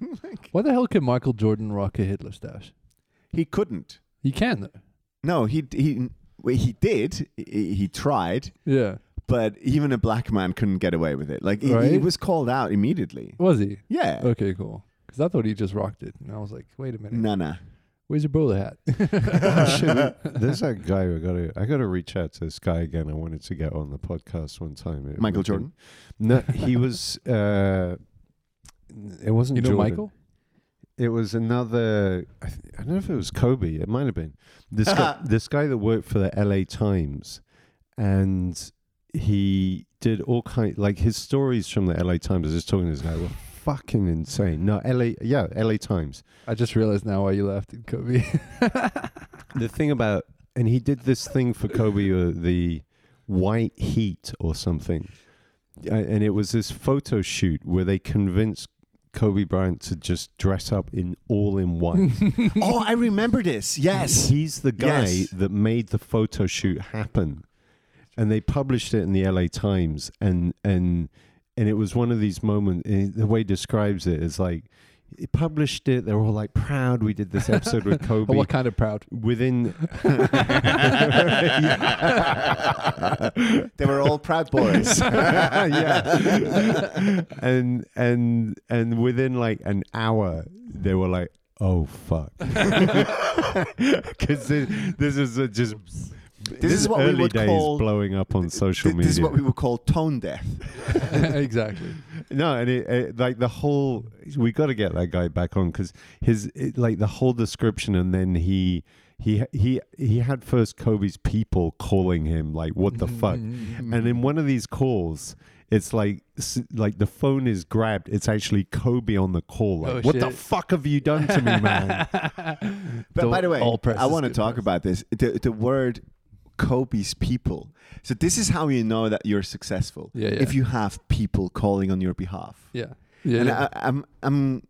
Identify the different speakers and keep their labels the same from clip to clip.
Speaker 1: Why the hell can Michael Jordan rock a Hitler stash?
Speaker 2: He couldn't.
Speaker 1: He can though.
Speaker 2: No, he he well, he did. He, he tried,
Speaker 1: Yeah.
Speaker 2: but even a black man couldn't get away with it. Like he, he
Speaker 1: Right. Oh,
Speaker 2: was called out immediately.
Speaker 1: Was he?
Speaker 2: Yeah.
Speaker 1: Okay, cool. Because I thought he just rocked it, and I was like, wait a minute,
Speaker 2: Nah, nah.
Speaker 1: where's your bowler hat?
Speaker 2: Oh,
Speaker 3: Shit, There's a guy who got to. I got to reach out to this guy again. I wanted to get on the podcast one time. It
Speaker 2: Michael
Speaker 3: was in-
Speaker 2: Jordan.
Speaker 3: No, he was. Uh, it wasn't
Speaker 1: you know,
Speaker 3: Jordan.
Speaker 1: Michael.
Speaker 3: It was another. I, th- I don't know if it was Kobe. It might have been this guy. this guy that worked for the L.A. Times, and he did all kind. Like his stories from the L.A. Times. I was just talking to this guy. Were fucking insane. No, L.A. Yeah, L.A. Times.
Speaker 1: I just realized now why you laughed at Kobe.
Speaker 3: the thing about and he did this thing for Kobe uh, the white heat or something Uh, and it was this photo shoot where they convinced Kobe Bryant to just dress up in all in white.
Speaker 2: oh, I remember this. Yes.
Speaker 3: He's the guy
Speaker 2: Yes.
Speaker 3: that made the photo shoot happen. And they published it in the LA Times and and and it was one of these moments eh, the way he describes it is like he published it they were all like proud we did this episode with Kobe
Speaker 1: oh, what kind of proud?
Speaker 3: within
Speaker 2: they were all proud boys.
Speaker 3: yeah. and and and within like an hour, they were like, "Oh fuck," because this is a just.
Speaker 2: This is what we
Speaker 3: early
Speaker 2: would
Speaker 3: days
Speaker 2: call-
Speaker 3: blowing up on social
Speaker 2: Th-
Speaker 3: media.
Speaker 2: this is what we would call tone deaf.
Speaker 1: exactly.
Speaker 3: No, and it, it, like the whole, we got to get that guy back on because his it, like the whole description, and then he he he he had first Kobe's people calling him like, "What
Speaker 1: Mm-hmm,
Speaker 3: the fuck?" And in one of these calls, it's like s- like the phone is grabbed. It's actually Kobe on the call. Like,
Speaker 1: Oh,
Speaker 3: what the
Speaker 1: shit.
Speaker 3: fuck have you done to me, man?
Speaker 2: But by the way,
Speaker 1: all press
Speaker 2: I
Speaker 1: is
Speaker 2: want to
Speaker 1: good
Speaker 2: talk
Speaker 1: press.
Speaker 2: about this. The, the word Kobe's people. So this is how you know that you're successful.
Speaker 1: Yeah, yeah.
Speaker 2: If you have people calling on your behalf.
Speaker 1: Yeah. Yeah.
Speaker 2: And
Speaker 1: yeah.
Speaker 2: I, I'm I'm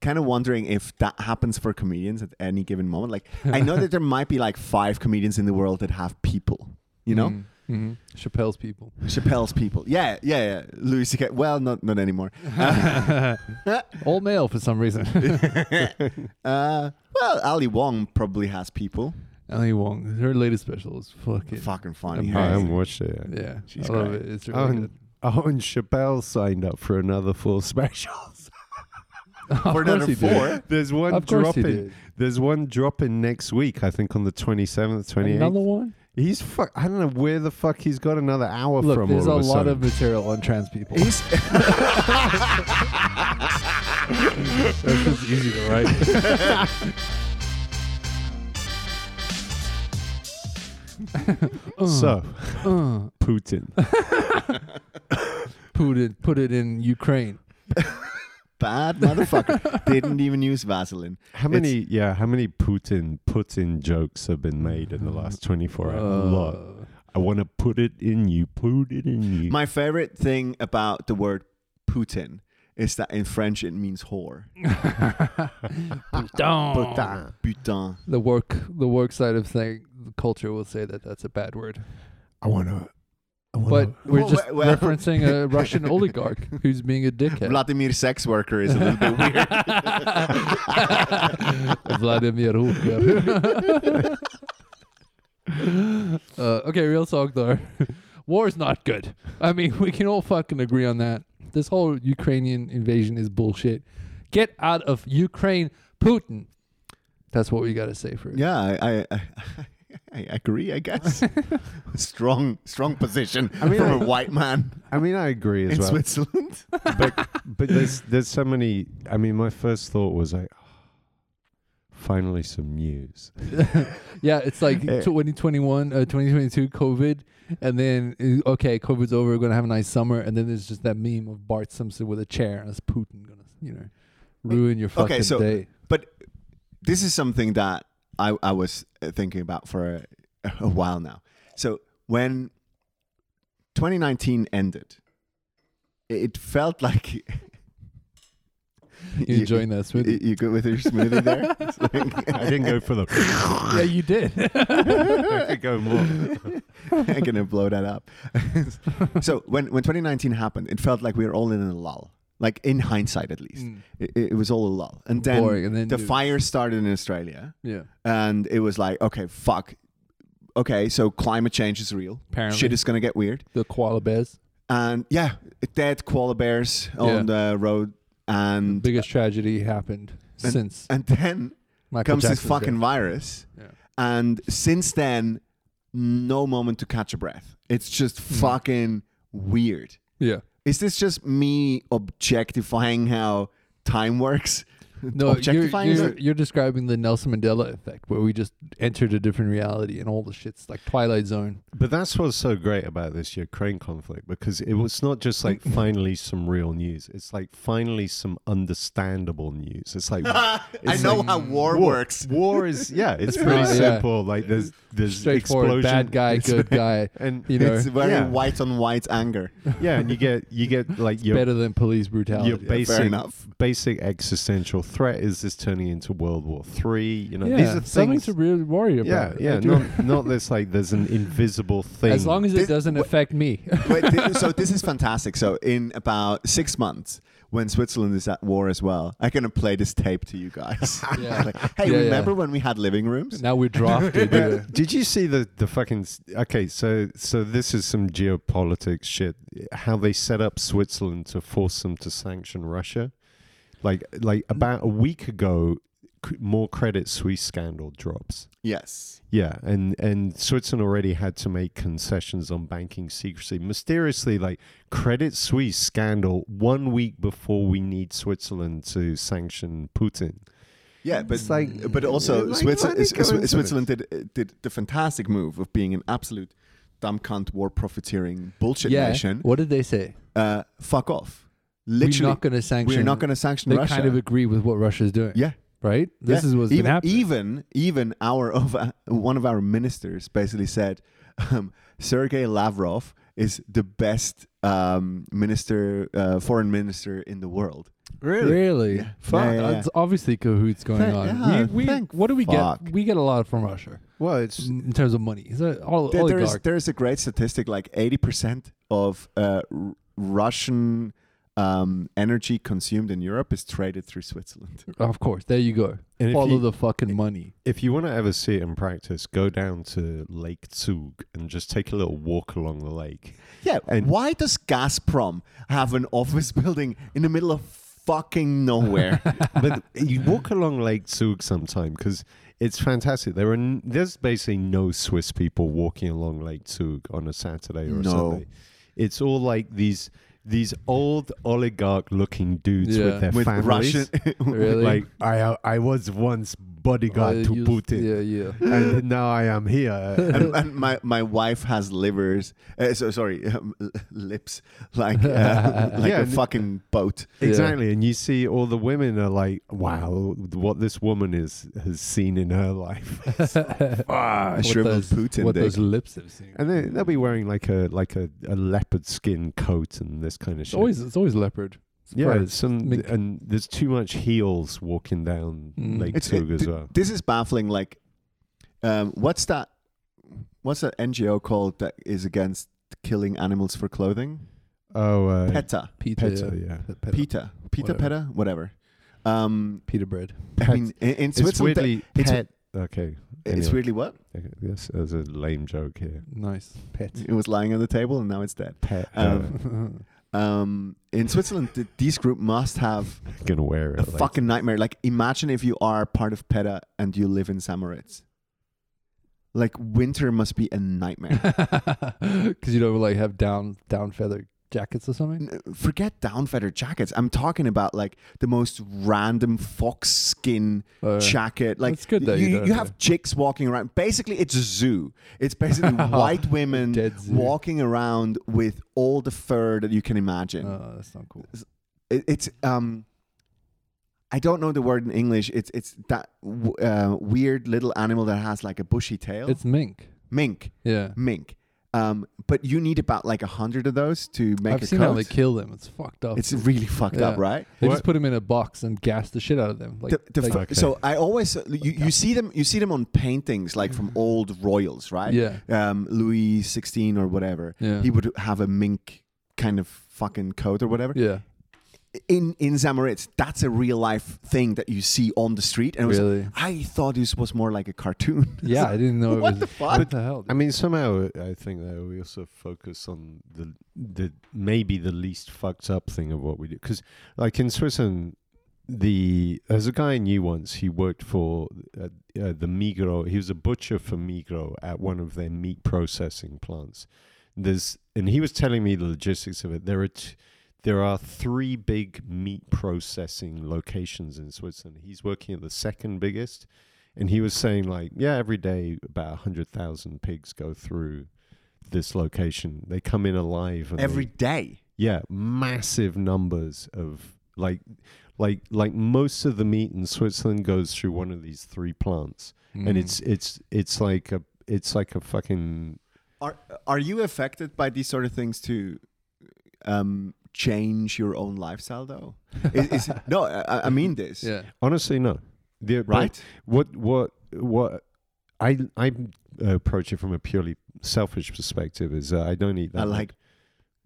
Speaker 2: kind of wondering if that happens for comedians at any given moment. Like I know that there might be like five comedians in the world that have people. You know,
Speaker 1: Mm, mhm. Chappelle's people.
Speaker 2: Chappelle's people. Yeah, yeah, yeah. Louis C.K. Well, not not anymore.
Speaker 1: All male for some reason.
Speaker 2: Uh, well, Ali Wong probably has people.
Speaker 1: Ali Wong, her latest special is fucking.
Speaker 2: Fucking funny.
Speaker 1: Amazing.
Speaker 3: I
Speaker 2: hey?
Speaker 3: haven't watched it yet.
Speaker 1: Yeah,
Speaker 2: She's
Speaker 1: I love
Speaker 2: great. Um,
Speaker 1: it. It's
Speaker 3: Oh,
Speaker 1: really
Speaker 3: and,
Speaker 1: good.
Speaker 3: oh, and Chappelle signed up for another four specials.
Speaker 1: Of
Speaker 2: For
Speaker 1: course
Speaker 2: another
Speaker 1: he did.
Speaker 2: four.
Speaker 3: There's one
Speaker 1: Of course
Speaker 3: drop
Speaker 1: he
Speaker 3: in.
Speaker 1: did.
Speaker 3: There's one drop in next week. I think on the 27th, 28th.
Speaker 1: Another one.
Speaker 3: He's fuck. I don't know where the fuck he's got another hour
Speaker 1: Look,
Speaker 3: from.
Speaker 1: there's a,
Speaker 3: all
Speaker 1: lot
Speaker 3: sudden.
Speaker 1: of material on trans people.
Speaker 2: He's,
Speaker 1: That's just easy to write. Oh.
Speaker 3: so
Speaker 1: Uh,
Speaker 3: Putin.
Speaker 1: put it, put it in Ukraine.
Speaker 2: bad motherfucker. Didn't even use Vaseline.
Speaker 3: How
Speaker 2: It's-
Speaker 3: many? yeah, how many Putin Putin jokes have been made in the last 24 hours? a lot.
Speaker 1: Uh,
Speaker 3: I want to put it in you. Put it in
Speaker 1: Mm.
Speaker 3: you.
Speaker 2: My favorite thing about the word Putin is that in French it means whore.
Speaker 1: Don't.
Speaker 3: Putin.
Speaker 2: Putain.
Speaker 1: The work, the work side of thing, the culture will say that that's a bad word.
Speaker 3: I want to. I wanna,
Speaker 1: But we're
Speaker 2: Well,
Speaker 1: just
Speaker 2: well, well.
Speaker 1: referencing a Russian oligarch who's being a dickhead.
Speaker 2: Vladimir sex worker is a little bit weird.
Speaker 1: Vladimir Hooker. uh, okay, real talk though. War's not good. I mean, we can all fucking agree on that. This whole Ukrainian invasion is bullshit. Get out of Ukraine, Putin. That's what we got to say for it.
Speaker 2: Yeah, I, I, I, I agree. I guess strong, strong position
Speaker 3: I mean,
Speaker 2: from
Speaker 3: I-
Speaker 2: a white man
Speaker 3: I mean, I agree
Speaker 2: in
Speaker 3: as well.
Speaker 2: Switzerland.
Speaker 3: but but there's there's so many. I mean, my first thought was like, "Oh, finally some news.
Speaker 1: Yeah, it's like
Speaker 3: Eh.
Speaker 1: 2021, uh, 2022 COVID, and then uh, okay, COVID's over. We're gonna have a nice summer, and then there's just that meme of Bart Simpson with a chair, and it's Putin gonna you know ruin your fucking
Speaker 2: Okay, so
Speaker 1: day.
Speaker 2: but this is something that I, I was uh, thinking about for a, a while now. So when 2019 ended, it felt like you
Speaker 1: You enjoying that
Speaker 2: You,
Speaker 1: smoothie?
Speaker 2: you good with your smoothie there? It's
Speaker 3: I
Speaker 2: like-
Speaker 3: didn't go for the.
Speaker 1: yeah, you did.
Speaker 3: I could go more.
Speaker 2: I'm gonna blow that up. so when when 2019 happened, it felt like we were all in a lull. Like in hindsight, at least,
Speaker 1: Mm.
Speaker 2: it, it was all a lull. And then
Speaker 1: Boring, and then
Speaker 2: the
Speaker 1: you-
Speaker 2: fire started in Australia,
Speaker 1: Yeah.
Speaker 2: and it was like, okay, fuck. Okay, so climate change is real.
Speaker 1: Apparently.
Speaker 2: Shit is gonna get weird.
Speaker 1: The koala bears.
Speaker 2: And yeah, dead koala bears on the road, and
Speaker 1: Biggest tragedy happened since
Speaker 2: and then
Speaker 1: Michael
Speaker 2: comes this
Speaker 1: Jackson's
Speaker 2: fucking
Speaker 1: death.
Speaker 2: virus.
Speaker 1: Yeah.
Speaker 2: And since then, no moment to catch a breath. It's just
Speaker 1: Hmm.
Speaker 2: fucking weird.
Speaker 1: Yeah.
Speaker 2: Is this just me objectifying how time works?
Speaker 1: No, you're,
Speaker 2: objectifying is
Speaker 1: you're,
Speaker 2: it?
Speaker 1: you're describing the Nelson Mandela effect where we just entered a different reality and all the shit's like Twilight Zone.
Speaker 3: But that's what's so great about this Ukraine conflict because it was not just like
Speaker 1: Mm-hmm.
Speaker 3: finally some real news. It's like finally some understandable news. It's like
Speaker 2: I know how war, works.
Speaker 3: war is yeah, it's
Speaker 1: It's
Speaker 3: pretty
Speaker 1: not- yeah.
Speaker 3: simple. Like there's there's
Speaker 1: Straightforward,
Speaker 3: explosion,
Speaker 1: bad guy, good guy.
Speaker 3: and
Speaker 1: You know,
Speaker 2: It's very
Speaker 3: Yeah.
Speaker 2: white on white anger.
Speaker 3: yeah, and you get you get like your
Speaker 1: better than police
Speaker 3: your
Speaker 1: brutality.
Speaker 3: basic
Speaker 2: enough.
Speaker 3: basic existential threat is this turning into World War Three. You know,
Speaker 1: yeah,
Speaker 3: these are
Speaker 1: something
Speaker 3: things.
Speaker 1: to really worry
Speaker 3: yeah,
Speaker 1: about. I
Speaker 3: yeah,
Speaker 1: do-
Speaker 3: not not this like there's an invisible thing.
Speaker 1: as long as it
Speaker 2: This-
Speaker 1: doesn't affect me.
Speaker 2: Wait, thi- so this is fantastic. So in about six months, when Switzerland is at war as well, I'm gonna play this tape to you guys.
Speaker 1: Yeah.
Speaker 2: Like, hey,
Speaker 1: Yeah, yeah.
Speaker 2: remember when we had living rooms?
Speaker 1: now we're drafted.
Speaker 3: Yeah.
Speaker 1: yeah.
Speaker 3: Did you see the the fucking s- okay? So so this is some geopolitics shit. How they set up Switzerland to force them to sanction Russia, like like about a week ago, c- more Credit Suisse scandal drops.
Speaker 2: Yes.
Speaker 3: Yeah, and and Switzerland already had to make concessions on banking secrecy. Mysteriously, like Credit Suisse scandal, one week before we need Switzerland to sanction Putin.
Speaker 2: Yeah, but
Speaker 3: It's like-
Speaker 2: but also
Speaker 3: Like,
Speaker 2: Switzer-
Speaker 3: why they
Speaker 2: Swi-
Speaker 3: go into
Speaker 2: Switzerland did did the fantastic move of being an absolute dumb cunt war profiteering bullshit
Speaker 1: Yeah.
Speaker 2: nation.
Speaker 1: What did they say?
Speaker 2: Uh, fuck off. Literally,
Speaker 1: we're not going to sanction.
Speaker 2: we're not going to sanction
Speaker 1: They
Speaker 2: Russia.
Speaker 1: kind of agree with what Russia's doing.
Speaker 2: yeah,
Speaker 1: Right. This
Speaker 2: yeah.
Speaker 1: is what's
Speaker 2: even,
Speaker 1: been happening.
Speaker 2: Even even our of one of our ministers basically said um, Sergei Lavrov is the best um, minister, uh, foreign minister in the world.
Speaker 1: Really?
Speaker 2: Yeah.
Speaker 1: Fuck.
Speaker 2: Yeah, yeah, yeah.
Speaker 1: It's obviously cahoots going
Speaker 2: Thank-
Speaker 1: on.
Speaker 2: yeah,
Speaker 1: we, we,
Speaker 2: thank
Speaker 1: what do we
Speaker 2: fuck.
Speaker 1: get? We get a lot from Russia
Speaker 3: Well, it's
Speaker 1: in terms of money. It's a, all,
Speaker 2: There- there is
Speaker 1: oligarch.
Speaker 2: there is a great statistic like 80% of uh, R- Russian um, energy consumed in Europe is traded through Switzerland.
Speaker 1: Of course. There you go.
Speaker 3: And if
Speaker 1: Follow
Speaker 3: you-
Speaker 1: the fucking money.
Speaker 3: if you want to ever see it in practice, go down to Lake Zug and just take a little walk along the lake.
Speaker 2: Yeah,
Speaker 3: And-
Speaker 2: why does Gazprom have an office building in the middle of fucking nowhere?
Speaker 3: but you walk along Lake Zug sometime because it's fantastic. There are n- there's basically no Swiss people walking along Lake Zug on a Saturday or a
Speaker 2: No.
Speaker 3: Sunday. It's all like these these old oligarch looking dudes
Speaker 1: Yeah.
Speaker 3: with their
Speaker 2: With
Speaker 3: families.
Speaker 2: Russian,
Speaker 1: Really?
Speaker 3: Like I I was once bodyguard
Speaker 1: Uh,
Speaker 3: to
Speaker 1: you-
Speaker 3: Putin,
Speaker 1: Yeah, yeah.
Speaker 3: and now I am here.
Speaker 2: and, and my, my wife has livers. Uh, so sorry, um, l- lips like uh, like
Speaker 3: Yeah,
Speaker 2: a
Speaker 3: and-
Speaker 2: fucking boat.
Speaker 1: Yeah.
Speaker 3: Exactly, and you see all the women are like, "Wow, what this woman is has seen in her life." It's like, "Fuck."
Speaker 2: A shriveled
Speaker 1: those,
Speaker 2: Putin
Speaker 1: Ah, What
Speaker 2: dick.
Speaker 1: those lips have seen.
Speaker 3: And they, they'll be wearing like a like a, a leopard skin coat and this kind of
Speaker 1: It's
Speaker 3: shit.
Speaker 1: always it's always leopard.
Speaker 3: yeah,
Speaker 1: Surprise.
Speaker 3: some,
Speaker 1: Mink.
Speaker 3: and there's too much heels walking down
Speaker 1: Mm.
Speaker 3: Lake
Speaker 2: It's-
Speaker 3: Zug
Speaker 2: it-
Speaker 3: as
Speaker 2: th-
Speaker 3: well.
Speaker 2: This is baffling. Like, um, what's that? What's that NGO called that is against killing animals for clothing?
Speaker 3: Oh, uh,
Speaker 2: PETA,
Speaker 1: Peter.
Speaker 3: PETA, yeah.
Speaker 1: Pe- Peter,
Speaker 2: PETA, PETA,
Speaker 1: Whatever.
Speaker 2: PETA, whatever. Um,
Speaker 1: Peter bread.
Speaker 2: I mean, in, in
Speaker 3: It's,
Speaker 2: Switzerland, they-
Speaker 3: weirdly
Speaker 2: it's-
Speaker 3: pet. okay,
Speaker 2: it's
Speaker 3: anyway.
Speaker 2: really what
Speaker 3: okay, yes, there's a lame joke here. Uh,
Speaker 1: Nice pet.
Speaker 2: it was lying on the table and now it's dead.
Speaker 3: Pet.
Speaker 2: Um,
Speaker 1: yeah,
Speaker 2: Um, in Switzerland, th- these group must have
Speaker 3: uh, gonna wear it.
Speaker 2: a
Speaker 3: like-
Speaker 2: fucking nightmare. Like, imagine if you are part of PETA and you live in Samaritz. Like, winter must be a nightmare.
Speaker 1: because you don't like have down down feather jackets or something.
Speaker 2: N- Forget down feather jackets. I'm talking about like the most random fox skin
Speaker 1: Uh,
Speaker 2: jacket. Like
Speaker 1: That's good that
Speaker 2: you,
Speaker 1: you don't,
Speaker 2: you
Speaker 1: yeah.
Speaker 2: have chicks walking around. Basically, it's a zoo. It's basically white women
Speaker 1: Dead zoo.
Speaker 2: walking around with all the fur that you can imagine.
Speaker 1: Oh, that's not cool.
Speaker 2: It, it's um, I don't know the word in English. It's it's that w- uh, weird little animal that has like a bushy tail.
Speaker 1: It's mink.
Speaker 2: mink,
Speaker 1: Yeah.
Speaker 2: mink. Um, but you need about like a hundred of those to make
Speaker 1: I've
Speaker 2: a
Speaker 1: seen
Speaker 2: coat.
Speaker 1: how they kill them. It's fucked up.
Speaker 2: It's really fucked up,
Speaker 1: Yeah.
Speaker 2: right?
Speaker 1: they
Speaker 3: What-
Speaker 1: just put them in a box and gas the shit out of them. Like,
Speaker 2: The- the
Speaker 1: like-
Speaker 2: fir-
Speaker 3: Okay.
Speaker 2: So I always uh, you, you see them you see them on paintings like from old royals, right?
Speaker 1: Mm-hmm. yeah,
Speaker 2: Um, Louis XVI or whatever.
Speaker 1: yeah,
Speaker 2: He would have a mink kind of fucking coat or whatever.
Speaker 1: yeah.
Speaker 2: in in Zamoritz, that's a real life thing that you see on the street. And it was-
Speaker 1: Really?
Speaker 2: I thought this was more like a cartoon.
Speaker 1: Yeah, I didn't know. it
Speaker 2: What
Speaker 1: was,
Speaker 2: the fuck?
Speaker 1: What the hell?
Speaker 3: I mean, somehow I think that we also focus on the the maybe the least fucked up thing of what we do, because like in Switzerland, the there's a guy I knew once. He worked for uh, uh, the Migro. He was a butcher for Migro at one of their meat processing plants. There's and he was telling me the logistics of it. There are. T- there are three big meat processing locations in Switzerland. He's working at the second biggest, and he was saying like, yeah, every day about hundred thousand pigs go through this location. They come in alive. And
Speaker 2: Every
Speaker 3: they-
Speaker 2: day.
Speaker 3: yeah, massive numbers of like, like, like most of the meat in Switzerland goes through one of these three plants,
Speaker 1: Hmm.
Speaker 3: and
Speaker 2: Mm.
Speaker 3: it's it's it's like a it's like a fucking
Speaker 2: Are are you affected by these sort of things to um, change your own lifestyle though? Is, is, no, I, I mean this.
Speaker 1: yeah.
Speaker 3: honestly no, The- but
Speaker 2: Right?
Speaker 3: what what what I I approach it from a purely selfish perspective is uh, I don't eat that.
Speaker 2: I
Speaker 3: much-
Speaker 2: like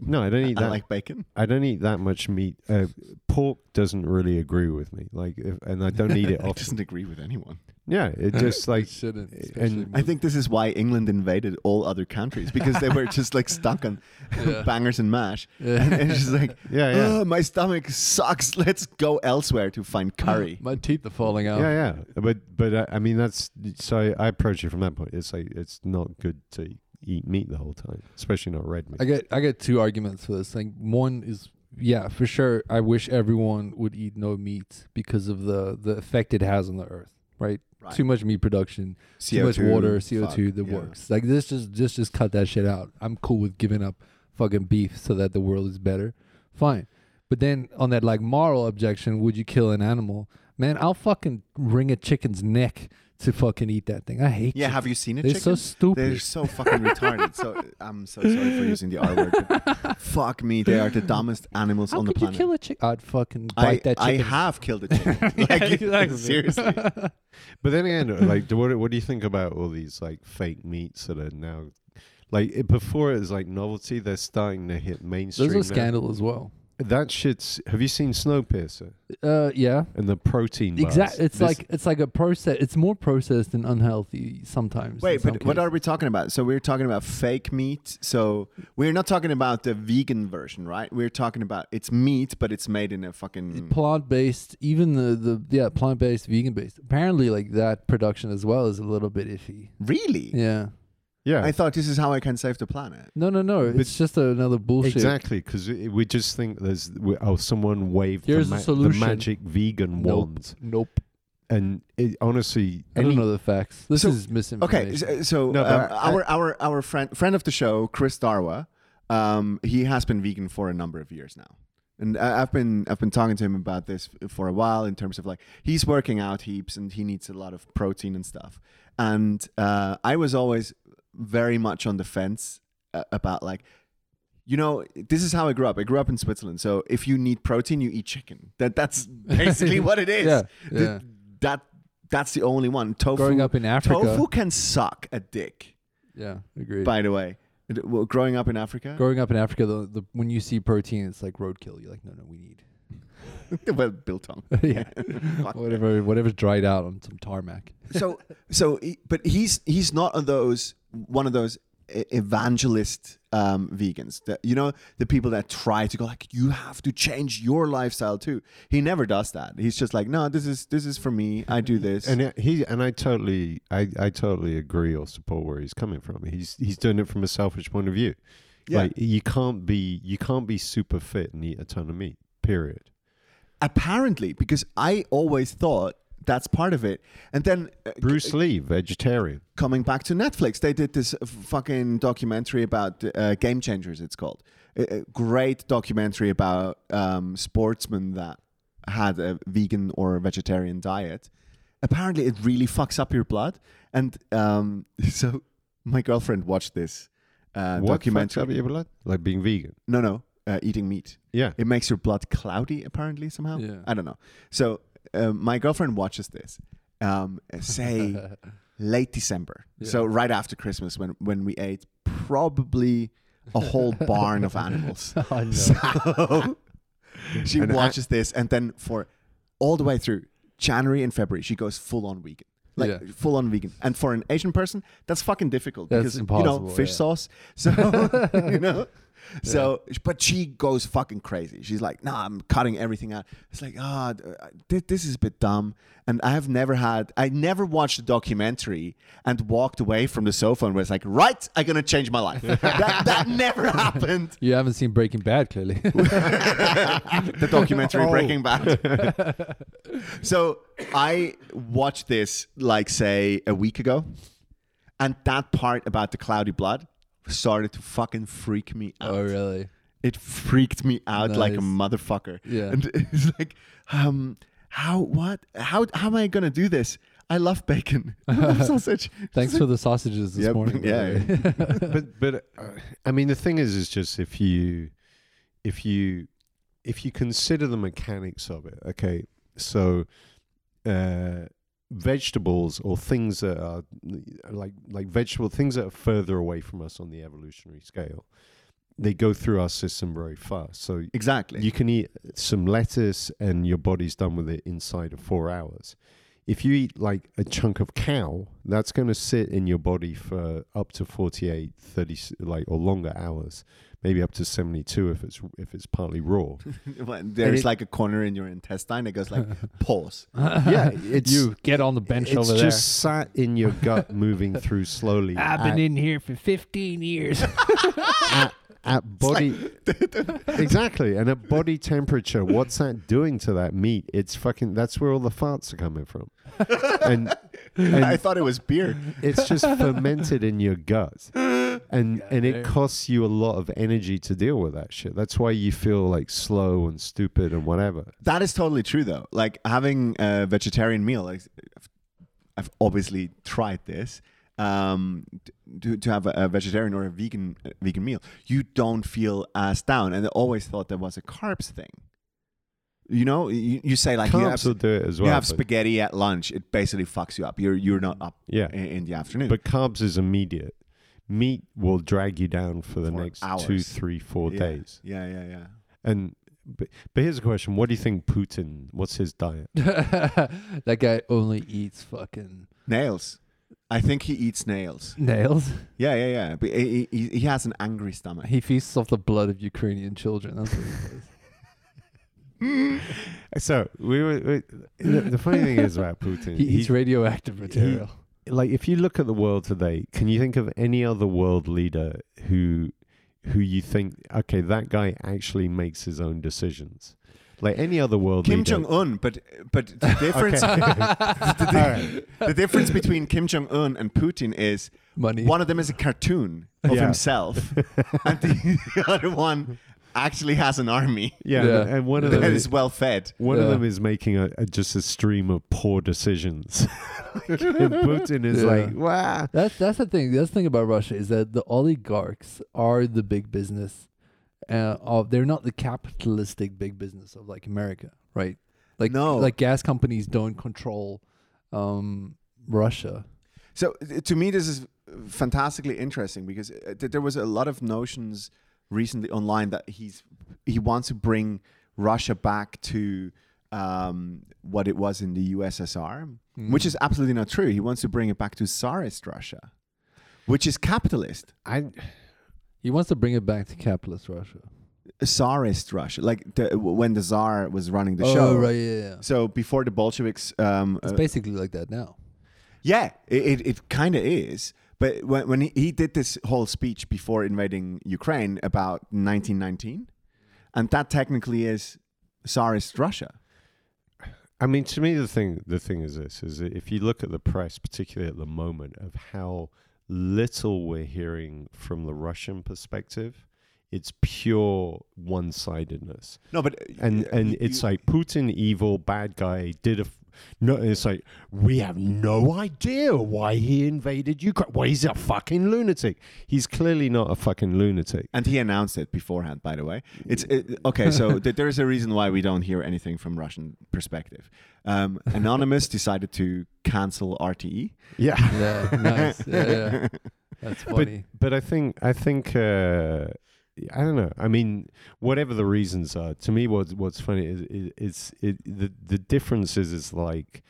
Speaker 3: no, I don't eat
Speaker 2: I
Speaker 3: that.
Speaker 2: like bacon.
Speaker 3: I don't eat that much meat. Uh, pork doesn't really agree with me. Like, if, and I don't eat it
Speaker 2: I
Speaker 3: often.
Speaker 2: doesn't agree with anyone.
Speaker 3: Yeah, it just like
Speaker 1: shouldn't. especially
Speaker 3: and
Speaker 2: I think this is why England invaded all other countries because they were just like stuck on
Speaker 1: Yeah.
Speaker 2: bangers and mash.
Speaker 1: Yeah.
Speaker 2: And it's just like,
Speaker 3: Yeah, yeah.
Speaker 2: "Oh, my stomach sucks. Let's go elsewhere to find curry.
Speaker 1: my teeth are falling out.
Speaker 3: yeah, yeah. But but uh, I mean that's so I, I approach it from that point. It's like it's not good to eat meat the whole time, especially not red meat.
Speaker 1: I get I get two arguments for this. Like one is yeah, for sure. I wish everyone would eat no meat because of the the effect it has on the earth. Right,
Speaker 2: Right.
Speaker 1: too much meat production, too much
Speaker 2: CO2,
Speaker 1: water, CO two,
Speaker 2: fuck,
Speaker 1: the
Speaker 2: yeah.
Speaker 1: works. Like this, just just just cut that shit out. I'm cool with giving up fucking beef so that the world is better. Fine, but then on that like moral objection, would you kill an animal? Man, I'll fucking wring a chicken's neck to fucking eat that thing. I hate.
Speaker 2: Yeah,
Speaker 1: chicken.
Speaker 2: have you seen a
Speaker 1: They're
Speaker 2: chicken?
Speaker 1: so stupid.
Speaker 2: They're so fucking retarded. So I'm so sorry for using the R word. but fuck me, they are the dumbest animals
Speaker 1: How
Speaker 2: on the
Speaker 1: could
Speaker 2: planet.
Speaker 1: you kill a chicken? I'd fucking bite
Speaker 2: I,
Speaker 1: that
Speaker 2: I
Speaker 1: chicken.
Speaker 2: have killed a chicken. like,
Speaker 1: exactly.
Speaker 2: Seriously.
Speaker 3: But then again, like, do- what, do- what do you think about all these like fake meats that are now, like, it, before it was like novelty, they're starting to hit mainstream.
Speaker 1: There's a
Speaker 3: now.
Speaker 1: scandal as well.
Speaker 3: That shit's. Have you seen Snowpiercer
Speaker 1: Uh, yeah.
Speaker 3: and the protein? bars?
Speaker 1: Exactly. It's
Speaker 3: This-
Speaker 1: like it's like a process. It's more processed and unhealthy sometimes.
Speaker 2: Wait, but what are we talking about? So we're talking about fake meat. So we're not talking about the vegan version, right? We're talking about it's meat, but it's made in a fucking.
Speaker 1: plant based? Even the the yeah plant based, vegan based. Apparently, like that production as well is a little bit iffy.
Speaker 2: really?
Speaker 1: Yeah.
Speaker 3: yeah,
Speaker 2: I thought this is how I can save the planet.
Speaker 1: No, no, no.
Speaker 3: But-
Speaker 1: It's just another bullshit.
Speaker 3: Exactly, because we just think there's we, oh someone waved
Speaker 1: Here's a
Speaker 3: the, the
Speaker 1: solution.
Speaker 3: magic vegan
Speaker 1: Nope.
Speaker 3: wand,
Speaker 1: Nope.
Speaker 3: and it, honestly,
Speaker 1: I don't
Speaker 3: any-
Speaker 1: know the facts. This
Speaker 2: So-
Speaker 1: is misinformation.
Speaker 2: Okay, so, so
Speaker 3: No,
Speaker 2: um,
Speaker 3: but I-
Speaker 2: our our our friend friend of the show, Chris Darwa, um, he has been vegan for a number of years now, and I, I've been I've been talking to him about this f- for a while in terms of like he's working out heaps and he needs a lot of protein and stuff, and uh, I was always very much on the fence uh, about like. You know, this is how I grew up. I grew up in Switzerland, so if you need protein, you eat chicken. That that's basically what it is.
Speaker 1: Yeah,
Speaker 2: Th-
Speaker 1: yeah.
Speaker 2: that that's the only one. Tofu
Speaker 1: growing up in Africa.
Speaker 2: Tofu can suck a dick,
Speaker 1: Yeah, agreed.
Speaker 2: by the way. And, Well, growing up in Africa,
Speaker 1: Growing up in Africa, the, the when you see protein, it's like roadkill. You're like, no, no, we need
Speaker 2: well, biltong.
Speaker 1: yeah, whatever, whatever's dried out on some tarmac.
Speaker 2: So, so, he- but he's he's not of those one of those e- evangelist um, vegans. That, you know, the people that try to go like, you have to change your lifestyle too. He never does that. He's just like, no, this is this is for me. I do this.
Speaker 3: And it- he and I totally, I, I totally agree or support where he's coming from. He's he's doing it from a selfish point of view.
Speaker 2: Yeah.
Speaker 3: Like you can't be you can't be super fit and eat a ton of meat. Period.
Speaker 2: Apparently, because I always thought that's part of it. And then uh,
Speaker 3: Bruce Lee, vegetarian.
Speaker 2: coming back to Netflix, they did this f- fucking documentary about uh, Game Changers. It's called a, a great documentary about um, sportsmen that had a vegan or a vegetarian diet. Apparently, it really fucks up your blood. And um, so, my girlfriend watched this uh,
Speaker 3: what fucks up
Speaker 2: documentary.
Speaker 3: your blood? Like being vegan.
Speaker 2: No, no, uh, eating meat.
Speaker 3: Yeah.
Speaker 2: It makes your blood cloudy, apparently, somehow.
Speaker 1: Yeah.
Speaker 2: I don't know. So, uh, my girlfriend watches this, um, say late December. So, right after Christmas, when, when we ate probably a whole barn of animals.
Speaker 1: Oh, no.
Speaker 2: So, She
Speaker 3: And I-
Speaker 2: watches this, and then for all the way through January and February, she goes full on vegan, like
Speaker 1: Yeah.
Speaker 2: full on vegan. And for an Asian person, that's fucking difficult
Speaker 1: That's
Speaker 2: because you
Speaker 1: impossible,
Speaker 2: know fish
Speaker 1: yeah.
Speaker 2: sauce. So you know. So, but she goes fucking crazy. She's like, "Nah, I'm cutting everything out." It's like, ah, th this is a bit dumb. And I have never had, I never watched a documentary and walked away from the sofa and was like, "Right, I'm gonna change my life." that, that never happened.
Speaker 1: You haven't seen Breaking Bad, clearly.
Speaker 2: the documentary
Speaker 3: Oh.
Speaker 2: Breaking Bad. so I watched this like say a week ago, and that part about the cloudy blood started to fucking freak me out.
Speaker 1: Oh, really?
Speaker 2: It freaked me out like a
Speaker 1: Nice.
Speaker 2: motherfucker.
Speaker 1: Yeah.
Speaker 2: and it's like, um, how what how how am I gonna do this? I love bacon, I love sausage.
Speaker 1: Thanks for the sausages this
Speaker 2: Yep,
Speaker 1: morning.
Speaker 2: yeah.
Speaker 3: but but uh, I mean the thing is is just if you if you if you consider the mechanics of it okay so uh vegetables or things that are like like vegetable things that are further away from us on the evolutionary scale they go through our system very fast so
Speaker 2: Exactly.
Speaker 3: you can eat some lettuce and your body's done with it inside of four hours. If you eat like a chunk of cow, that's going to sit in your body for up to 48, 30, s- like or longer hours, maybe up to 72 if it's if it's partly raw.
Speaker 2: When There's
Speaker 3: it-
Speaker 2: like a corner in your intestine that goes like pause.
Speaker 3: yeah, it's
Speaker 1: you get on the bench
Speaker 3: it's
Speaker 1: over
Speaker 3: just sat in your gut moving through slowly.
Speaker 1: there.
Speaker 3: at,
Speaker 1: in here for 15 years.
Speaker 3: at, at body Exactly. And at body temperature, what's that doing to that meat? It's fucking that's where all the farts are coming from. And and
Speaker 2: I thought it was beer.
Speaker 3: it's just fermented in your gut and and it
Speaker 1: damn.
Speaker 3: costs you a lot of energy to deal with that shit that's why you feel like slow and stupid and whatever
Speaker 2: That is totally true, though. Like having a vegetarian meal, like I've, I've obviously tried this um, t- to, to have a, a vegetarian or a vegan uh, vegan meal. You don't feel as down, and I always thought that was a carbs thing. You know, you, you say like you have,
Speaker 3: carbs will do it as well
Speaker 2: you have
Speaker 3: but-
Speaker 2: spaghetti at lunch. It basically fucks you up. You're you're not up
Speaker 3: Yeah.
Speaker 2: in, in the afternoon.
Speaker 3: but carbs is immediate meat will drag you down for the
Speaker 2: For
Speaker 3: next two
Speaker 2: hours.
Speaker 3: three four
Speaker 2: yeah.
Speaker 3: days
Speaker 2: Yeah, yeah, yeah.
Speaker 3: and but, but here's a question what do you think putin what's his diet
Speaker 1: that guy only eats fucking
Speaker 2: Nails. I think he eats nails.
Speaker 1: nails.
Speaker 2: Yeah, yeah, yeah. But he, he, he has an angry stomach.
Speaker 1: He feasts off the blood of Ukrainian children. That's what he does.
Speaker 3: so we were we, the, the funny thing is about putin
Speaker 1: He eats
Speaker 3: he-
Speaker 1: radioactive material.
Speaker 3: like if you look at the world today, can you think of any other world leader who who you think okay that guy actually makes his own decisions? Like any other world
Speaker 2: Kim
Speaker 3: leader,
Speaker 2: Jong Un, but but the difference the, di- the difference between Kim Jong Un and Putin is
Speaker 1: Money.
Speaker 2: one of them is a cartoon of
Speaker 3: Yeah.
Speaker 2: himself, and the, the other one actually has an army
Speaker 3: yeah,
Speaker 1: Yeah.
Speaker 3: and- and one of
Speaker 2: that
Speaker 3: them
Speaker 2: is
Speaker 3: is
Speaker 2: well fed.
Speaker 3: one of
Speaker 1: Yeah.
Speaker 3: them is making a, a just a stream of poor decisions. and Putin is
Speaker 1: Yeah.
Speaker 3: like, wow,
Speaker 1: That's that's the thing. That's the thing about Russia is that the oligarchs are the big business. Uh, of they're not the capitalistic big business of like America, right? Like
Speaker 2: No.
Speaker 1: like gas companies don't control um, Russia.
Speaker 2: So uh, to me, this is fantastically interesting because uh, th- there was a lot of notions recently online that he's he wants to bring Russia back to um, what it was in the USSR,
Speaker 1: Mm.
Speaker 2: which is absolutely not true. He wants to bring it back to Tsarist Russia, which is capitalist.
Speaker 3: I
Speaker 1: He wants to bring it back to capitalist Russia.
Speaker 2: uh, Tsarist Russia, like the, when the Tsar was running the
Speaker 1: oh
Speaker 2: show.
Speaker 1: right, yeah, yeah.
Speaker 2: So before the Bolsheviks, um,
Speaker 1: It's
Speaker 2: uh,
Speaker 1: basically like that now.
Speaker 2: Yeah, it, it, it kind of is. But when, when he, he did this whole speech before invading Ukraine about 1919, and that technically is Tsarist Russia.
Speaker 3: I mean, to me, the thing the thing is this: is that if you look at the press, particularly at the moment, of how little we're hearing from the Russian perspective, it's pure one sidedness,
Speaker 2: No, but uh,
Speaker 3: and and it's like Putin, evil bad guy, did a. F- no, it's like we have no idea why he invaded Ukraine. Why he's a fucking lunatic. He's clearly not a fucking lunatic.
Speaker 2: and he announced it beforehand. By the way, it's it, okay. So th- there is a reason why we don't hear anything from Russian perspective. Um, Anonymous decided to cancel E. RTE.
Speaker 3: Yeah.
Speaker 1: Yeah, nice. Yeah, yeah. That's funny.
Speaker 3: But I think I think uh, I don't know. I mean, whatever the reasons are, to me, what's what's funny is, is it's it, the the difference is is like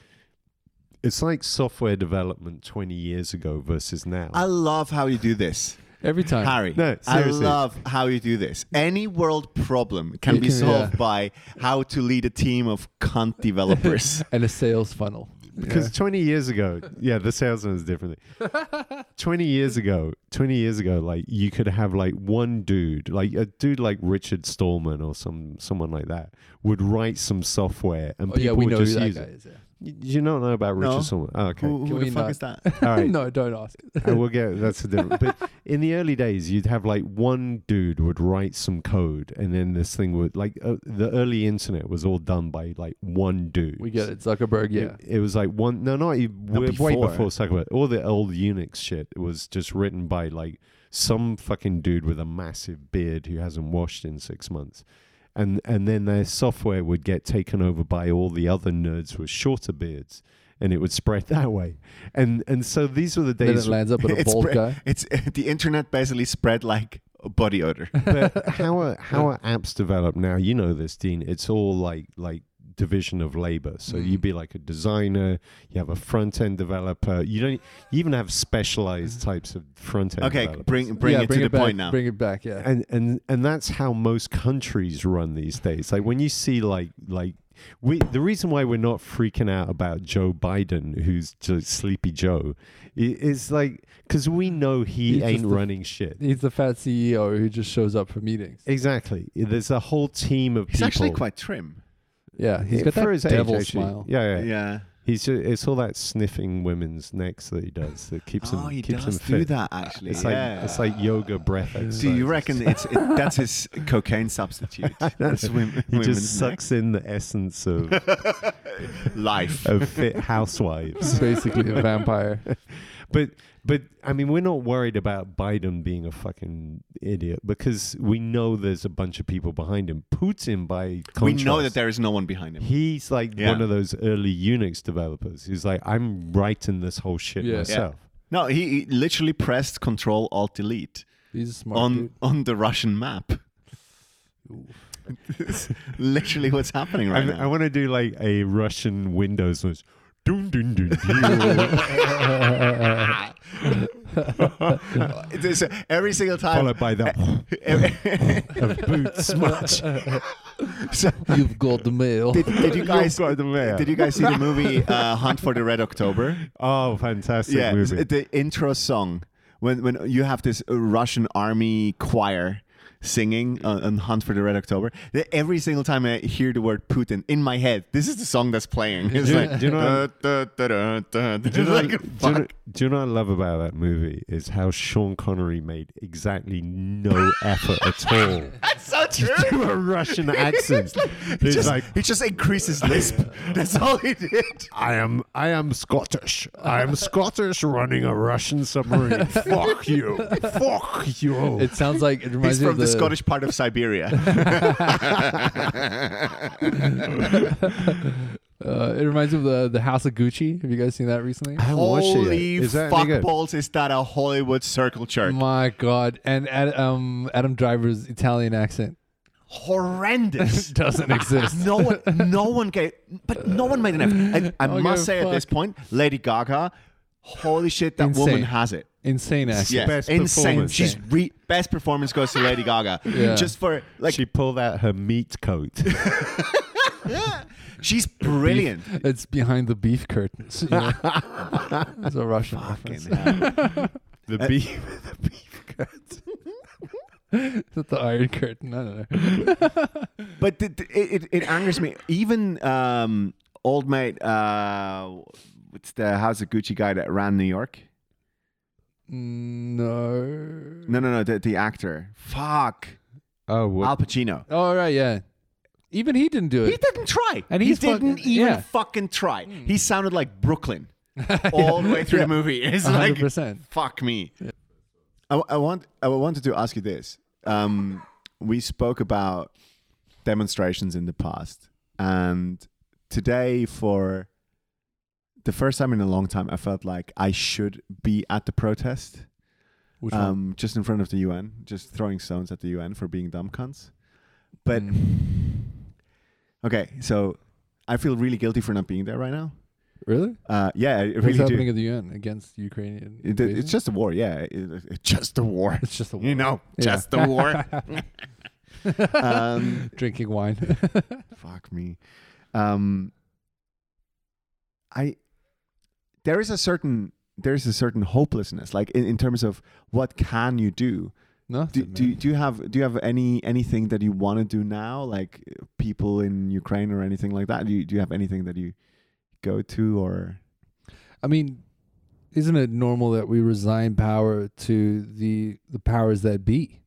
Speaker 3: it's like software development twenty years ago versus now.
Speaker 2: I love how you do this,
Speaker 1: Every time.
Speaker 2: Harry.
Speaker 3: No,
Speaker 2: I
Speaker 3: seriously.
Speaker 2: love how you do this. Any world problem can
Speaker 1: You
Speaker 2: be
Speaker 1: can-
Speaker 2: solved
Speaker 1: yeah.
Speaker 2: by how to lead a team of cunt developers.
Speaker 1: And a sales funnel.
Speaker 3: because 20 years ago yeah the salesman is different 20 years ago 20 years ago like you could have like one dude like a dude like richard stallman or some someone like that would write some software and
Speaker 1: Oh,
Speaker 3: people
Speaker 1: yeah, we
Speaker 3: would
Speaker 1: know who
Speaker 3: just
Speaker 1: that
Speaker 3: use
Speaker 1: guy
Speaker 3: it
Speaker 1: is. Yeah.
Speaker 3: Y- you don't know about richard
Speaker 2: No.
Speaker 3: stallman oh, okay
Speaker 2: Who,
Speaker 1: Can
Speaker 2: who the
Speaker 1: we
Speaker 2: fuck
Speaker 1: not-
Speaker 2: is that?
Speaker 3: all right
Speaker 1: no, don't ask.
Speaker 3: and we'll get that's a different but in the early days you'd have like one dude would write some code and then this thing would like uh, the early internet was all done by like one dude
Speaker 1: We get it. Zuckerberg, yeah.
Speaker 3: It, it was like one. No, not even, way
Speaker 2: before.
Speaker 3: way before Zuckerberg. All the old Unix shit was just written by like some fucking dude with a massive beard who hasn't washed in six months, and and then their software would get taken over by all the other nerds with shorter beards, and it would spread that way. And and so these were the
Speaker 1: then it
Speaker 3: days.
Speaker 1: lands up with a
Speaker 2: It's
Speaker 1: bald
Speaker 2: pre-
Speaker 1: guy.
Speaker 2: It's the internet basically spread like body odor.
Speaker 3: but how are how are apps developed now? You know this, Dean. It's all like like division of labor. So
Speaker 1: Mm.
Speaker 3: you'd be like a designer, you have a front end developer. You don't e, you even have specialized types of front end.
Speaker 2: Mm. Okay,
Speaker 3: developers.
Speaker 2: bring bring
Speaker 1: yeah,
Speaker 2: it
Speaker 1: bring
Speaker 2: to
Speaker 1: it
Speaker 2: the
Speaker 1: back,
Speaker 2: point now.
Speaker 1: Bring it back, yeah.
Speaker 3: and and and that's how most countries run these days. Like when you see like like. We, the reason why we're not freaking out about Joe Biden, who's just Sleepy Joe, i- is like because we know he
Speaker 1: He's just
Speaker 3: ain't
Speaker 1: the-
Speaker 3: running shit.
Speaker 1: He's the fat CEO who just shows up for meetings.
Speaker 3: Exactly. There's a whole team of
Speaker 2: He's
Speaker 3: people.
Speaker 2: actually quite trim.
Speaker 1: Yeah, he's
Speaker 3: Yeah,
Speaker 1: got
Speaker 3: for
Speaker 1: that
Speaker 3: his age,
Speaker 1: devil
Speaker 3: actually.
Speaker 1: smile.
Speaker 3: Yeah, yeah.
Speaker 2: Yeah.
Speaker 3: He's just, it's all that sniffing women's necks that he does that keeps
Speaker 2: Oh,
Speaker 3: him
Speaker 2: he
Speaker 3: keeps
Speaker 2: does
Speaker 3: him fit.
Speaker 2: do that actually.
Speaker 3: It's
Speaker 2: yeah.
Speaker 3: like it's like yoga breath. Exercises.
Speaker 2: Do you reckon it's it, that's his cocaine substitute? That's women,
Speaker 3: he
Speaker 2: women's
Speaker 3: just sucks in the essence of,
Speaker 2: neck? life.
Speaker 3: of fit housewives?
Speaker 1: Basically a vampire.
Speaker 3: But but I mean, we're not worried about Biden being a fucking idiot because we know there's a bunch of people behind him. Putin, by contrast,
Speaker 2: we know that there is no one behind him.
Speaker 3: he's like
Speaker 2: Yeah.
Speaker 3: one of those early Unix developers. He's like, I'm writing this whole shit
Speaker 1: Yeah. Yeah.
Speaker 3: myself.
Speaker 2: No, he, he literally pressed Control Alt Delete
Speaker 1: He's a smart
Speaker 2: on
Speaker 1: dude.
Speaker 2: on the Russian map.
Speaker 1: Ooh.
Speaker 2: It's literally what's happening right
Speaker 3: I, I
Speaker 2: now.
Speaker 3: want to do like a Russian Windows noise. Dun, dun, dun, dun.
Speaker 2: It's, uh, every single time.
Speaker 3: Followed by the of boot smudge.
Speaker 2: So,
Speaker 1: You've got the mail.
Speaker 2: did, did you guys
Speaker 3: You've got the mayor.
Speaker 2: did you guys see the movie uh, Hunt for the Red October?
Speaker 3: Oh, fantastic
Speaker 2: yeah,
Speaker 3: movie.
Speaker 2: it's the intro song when when you have this uh, Russian army choir singing on, on Hunt for the Red October. th- Every single time I hear the word Putin in my head, this is the song that's playing. It's
Speaker 3: Do you-
Speaker 2: like
Speaker 3: do you know-
Speaker 2: da, da, da, da, da.
Speaker 3: do you, know,
Speaker 2: Like,
Speaker 3: do, you know,
Speaker 2: fuck.
Speaker 3: do you know what I love about that movie is how Sean Connery made exactly no effort at all
Speaker 2: That's so
Speaker 3: to
Speaker 2: true.
Speaker 3: do a Russian accent.
Speaker 2: He
Speaker 3: It's
Speaker 2: just,
Speaker 3: like
Speaker 2: he just increases lisp. That's all he did.
Speaker 3: I am I am Scottish. I am Scottish running a Russian submarine. Fuck you. Fuck you.
Speaker 1: It sounds like it reminds
Speaker 2: He's
Speaker 1: me
Speaker 2: from
Speaker 1: of
Speaker 2: the Scottish part of Siberia.
Speaker 1: Uh, it reminds me of the the House of Gucci. Have you guys seen that recently?
Speaker 3: I haven't watched it yet.
Speaker 2: Holy
Speaker 3: Is that any
Speaker 2: fuck
Speaker 3: good? Mm.
Speaker 2: balls! Is that a Hollywood circle jerk?
Speaker 1: My God! And Ad, um, Adam Driver's Italian accent
Speaker 2: Horrendous.
Speaker 1: doesn't exist.
Speaker 2: no one, no one gave, but no one made an effort. I, I
Speaker 1: Okay,
Speaker 2: must say at this
Speaker 1: fuck.
Speaker 2: point, Lady Gaga, holy shit, that
Speaker 1: Insane.
Speaker 2: woman has it.
Speaker 1: Insane accent.
Speaker 2: Yeah,
Speaker 3: best
Speaker 2: insane.
Speaker 3: performance.
Speaker 2: She's re- best performance goes to Lady Gaga.
Speaker 1: Yeah.
Speaker 2: Just for like,
Speaker 3: she pulled out her meat coat.
Speaker 2: she's brilliant.
Speaker 1: It's behind the beef curtains. You know? it's a Russian reference.
Speaker 2: Fucking hell.
Speaker 3: The
Speaker 2: Uh,
Speaker 3: beef, the beef coat.
Speaker 1: Is it the Iron Curtain? I don't know.
Speaker 2: but th- th- it, it, it angers me. Even um, old mate, uh, what's the House of Gucci guy that ran New York?
Speaker 1: Mm, No.
Speaker 2: No, no, no, the, the actor. Fuck,
Speaker 3: Oh,
Speaker 2: Al Pacino.
Speaker 1: All Oh, right, yeah. Even he didn't do
Speaker 2: He
Speaker 1: it.
Speaker 2: didn't try.
Speaker 1: And
Speaker 2: he
Speaker 1: he's
Speaker 2: didn't
Speaker 1: fucking-
Speaker 2: even
Speaker 1: yeah.
Speaker 2: fucking try. He sounded like Brooklyn all the way through the movie. It's like
Speaker 1: 100%.
Speaker 2: fuck me. I, I want I wanted to ask you this. Um, we spoke about demonstrations in the past, and today for the first time in a long time, I felt like I should be at the protest.
Speaker 1: Which one?
Speaker 2: um, just in front of the UN, just throwing stones at the UN for being dumb cunts. But
Speaker 1: Mm.
Speaker 2: okay, so I feel really guilty for not being there right now.
Speaker 1: really,
Speaker 2: Uh, yeah, I
Speaker 1: what's
Speaker 2: really
Speaker 1: happening
Speaker 2: do.
Speaker 1: at the UN against Ukrainian?
Speaker 2: It-
Speaker 1: invasion?
Speaker 2: it's just a war, yeah. It- it's just a war.
Speaker 1: it's just a
Speaker 2: You
Speaker 1: war.
Speaker 2: know,
Speaker 1: Yeah.
Speaker 2: just the war. um,
Speaker 1: drinking wine.
Speaker 2: fuck me. Um, I there is a certain there is a certain hopelessness, like in, in terms of what can you do. do,
Speaker 1: Nothing.
Speaker 2: do,
Speaker 1: man.
Speaker 2: do you have do you have any anything that you want to do now like uh, people in ukraine or anything like that do you, do you have anything that you go to or
Speaker 1: I mean, isn't it normal that we resign power to the the powers that be?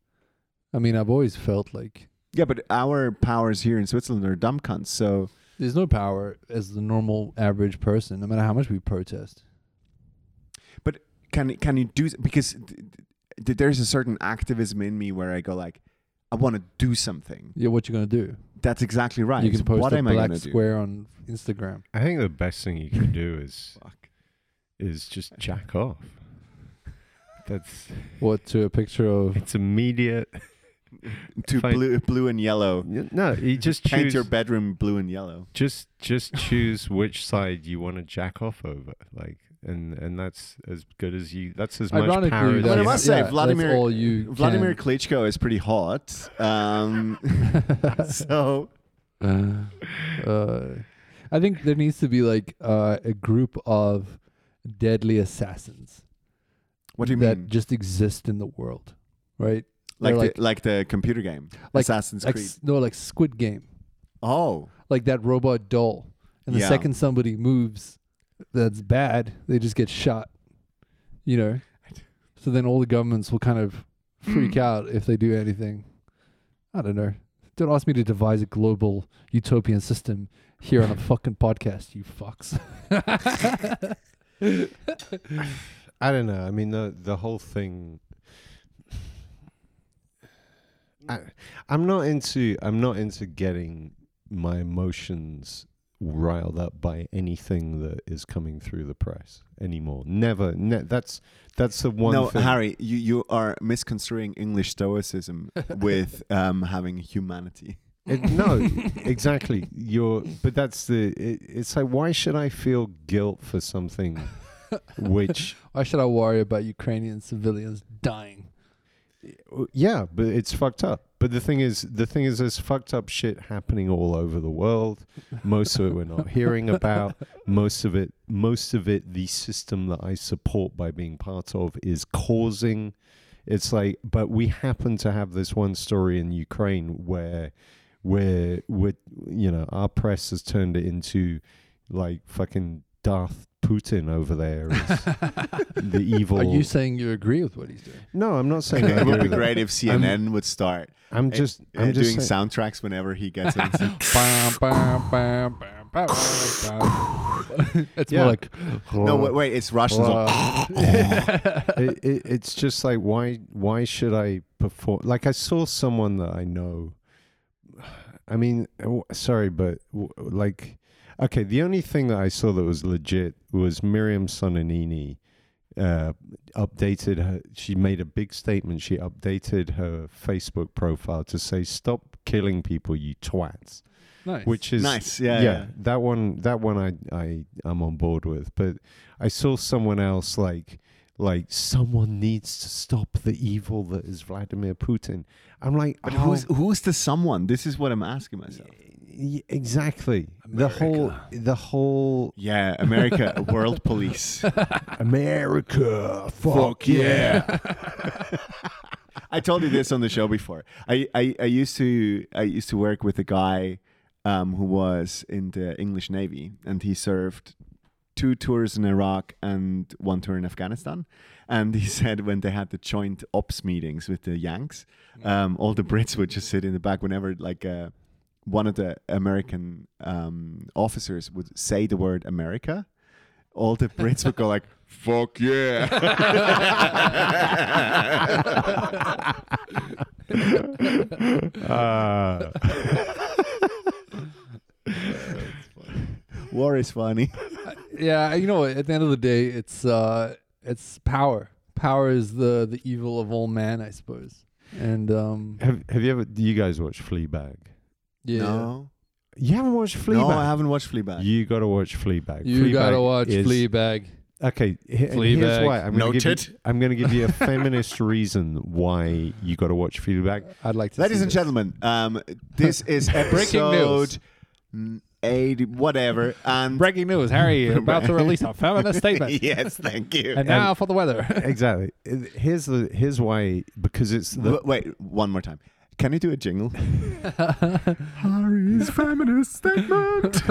Speaker 1: I mean, I've always felt like
Speaker 2: yeah but our powers here in switzerland are dumb cunts so
Speaker 1: there's no power as the normal average person, no matter how much we protest.
Speaker 2: can can you do because th- th- there's a certain activism in me where i go like i want to do something
Speaker 1: Yeah, what you gonna do?
Speaker 2: that's exactly right
Speaker 1: You can post
Speaker 2: what
Speaker 1: a
Speaker 2: am i
Speaker 1: black
Speaker 2: going to do
Speaker 1: square on Instagram.
Speaker 3: I think the best thing you can do is
Speaker 2: Fuck.
Speaker 3: is just jack off. That's
Speaker 1: What to a picture of?
Speaker 3: it's immediate.
Speaker 2: to
Speaker 3: Fine.
Speaker 2: blue, blue and yellow
Speaker 3: No, you just
Speaker 2: paint
Speaker 3: choose
Speaker 2: your bedroom blue and yellow
Speaker 3: just just choose which side you want to jack off over, like, and and that's as good as you. That's as much
Speaker 1: Ironically,
Speaker 3: power. as
Speaker 2: But I
Speaker 1: that's-
Speaker 3: you
Speaker 2: must say,
Speaker 1: yeah, that's
Speaker 2: Vladimir
Speaker 1: all you
Speaker 2: Vladimir
Speaker 1: can.
Speaker 2: Klitschko is pretty hot. Um, so
Speaker 1: uh, I think there needs to be like uh, a group of deadly assassins
Speaker 2: what do you
Speaker 1: that
Speaker 2: mean?
Speaker 1: just exist in the world, right?
Speaker 2: Like
Speaker 1: They're
Speaker 2: the, like, the computer game,
Speaker 1: Like-
Speaker 2: Assassin's
Speaker 1: like
Speaker 2: Creed.
Speaker 1: s- no, like Squid Game,
Speaker 2: Oh,
Speaker 1: like that robot doll. And the
Speaker 2: Yeah.
Speaker 1: second somebody moves, that's bad. They just get shot. You know. So then all the governments will kind of
Speaker 2: Mm.
Speaker 1: freak out if they do anything. I don't know. Don't ask me to devise a global utopian system here on a fucking podcast, you fucks.
Speaker 3: I don't know. I mean, the the whole thing. I, I'm not into. I'm not into getting my emotions riled up by anything that is coming through the press anymore. Never. Ne- that's that's the one.
Speaker 2: no,
Speaker 3: thing.
Speaker 2: Harry, you, you are misconstruing English Stoicism with um, having humanity.
Speaker 3: It- no, exactly. You're, but that's the. It, it's like, why should I feel guilt for something which,
Speaker 1: Why should I worry about Ukrainian civilians dying?
Speaker 3: Uh, yeah, but it's fucked up. But the thing is, the thing is, there's fucked up shit happening all over the world. Most of it we're not hearing about. Most of it, most of it, the system that I support by being part of is causing. It's like, but we happen to have this one story in Ukraine where, where, where, you know, our press has turned it into, like fucking Darth Putin over there is the evil.
Speaker 1: Are you saying you agree with what he's doing?
Speaker 3: no, I'm not saying. I
Speaker 2: it would
Speaker 3: agree
Speaker 2: be
Speaker 3: with that.
Speaker 2: great if CNN would start
Speaker 3: I'm just,
Speaker 2: uh,
Speaker 3: I'm just
Speaker 2: doing
Speaker 3: saying-
Speaker 2: soundtracks whenever he gets in.
Speaker 1: Bam, bam, bam, bam, bam, bam. it's
Speaker 3: Yeah.
Speaker 1: more like
Speaker 2: no, wait, wait, it's Russians. Oh,
Speaker 3: it, it, it's just like why why should I perform? Like I saw someone that I know. I mean, w- sorry, but w- like, okay, the only thing that I saw that was legit was Miriam Soninini. Uh, updated her. She made a big statement. She updated her Facebook profile to say, "Stop killing people, you twats."
Speaker 1: nice.
Speaker 3: which is
Speaker 2: Nice, yeah, yeah.
Speaker 3: That one, that one, I I am on board with. But I saw someone else like like someone needs to stop the evil that is Vladimir Putin. I'm like,
Speaker 2: But
Speaker 3: oh,
Speaker 2: who's who's the someone? This is what I'm asking myself.
Speaker 3: y- exactly the whole the whole
Speaker 2: Yeah, America, world police.
Speaker 3: America. Fuck,
Speaker 2: yeah. I told you this on the show before. I, I, I used to I used to work with a guy um, who was in the English Navy and he served two tours in Iraq and one tour in Afghanistan. And he said when they had the joint ops meetings with the Yanks, um, all the Brits would just sit in the back whenever like uh, one of the American um, officers would say the word America. All the Brits would go like, "Fuck yeah!"
Speaker 3: Uh,
Speaker 2: War is funny.
Speaker 1: yeah, you know, at the end of the day, it's uh, it's power. power is the the evil of all man, I suppose. And um,
Speaker 3: Have Have you ever? Do you guys watch Fleabag?
Speaker 1: yeah,
Speaker 2: No,
Speaker 3: You haven't watched Fleabag.
Speaker 2: no, I haven't watched Fleabag.
Speaker 3: You gotta watch Fleabag.
Speaker 1: you
Speaker 3: Fleabag
Speaker 1: gotta watch
Speaker 3: is-
Speaker 1: Fleabag.
Speaker 3: Okay, he- and here's
Speaker 1: Fleabag.
Speaker 3: why. I'm gonna, give you,
Speaker 2: Noted.
Speaker 3: I'm gonna give you a feminist reason why you gotta watch Fleabag.
Speaker 1: I'd like to.
Speaker 2: Ladies
Speaker 1: see
Speaker 2: and
Speaker 1: this.
Speaker 2: gentlemen, um, this is
Speaker 1: Breaking news.
Speaker 2: episode mm, eighty, whatever, and
Speaker 1: breaking news: Harry about to release a feminist statement.
Speaker 2: yes, thank you.
Speaker 1: And now for the weather.
Speaker 3: Exactly. Here's the here's why because it's the
Speaker 2: W- wait, one more time. Can you do a jingle?
Speaker 3: Harry's feminist statement.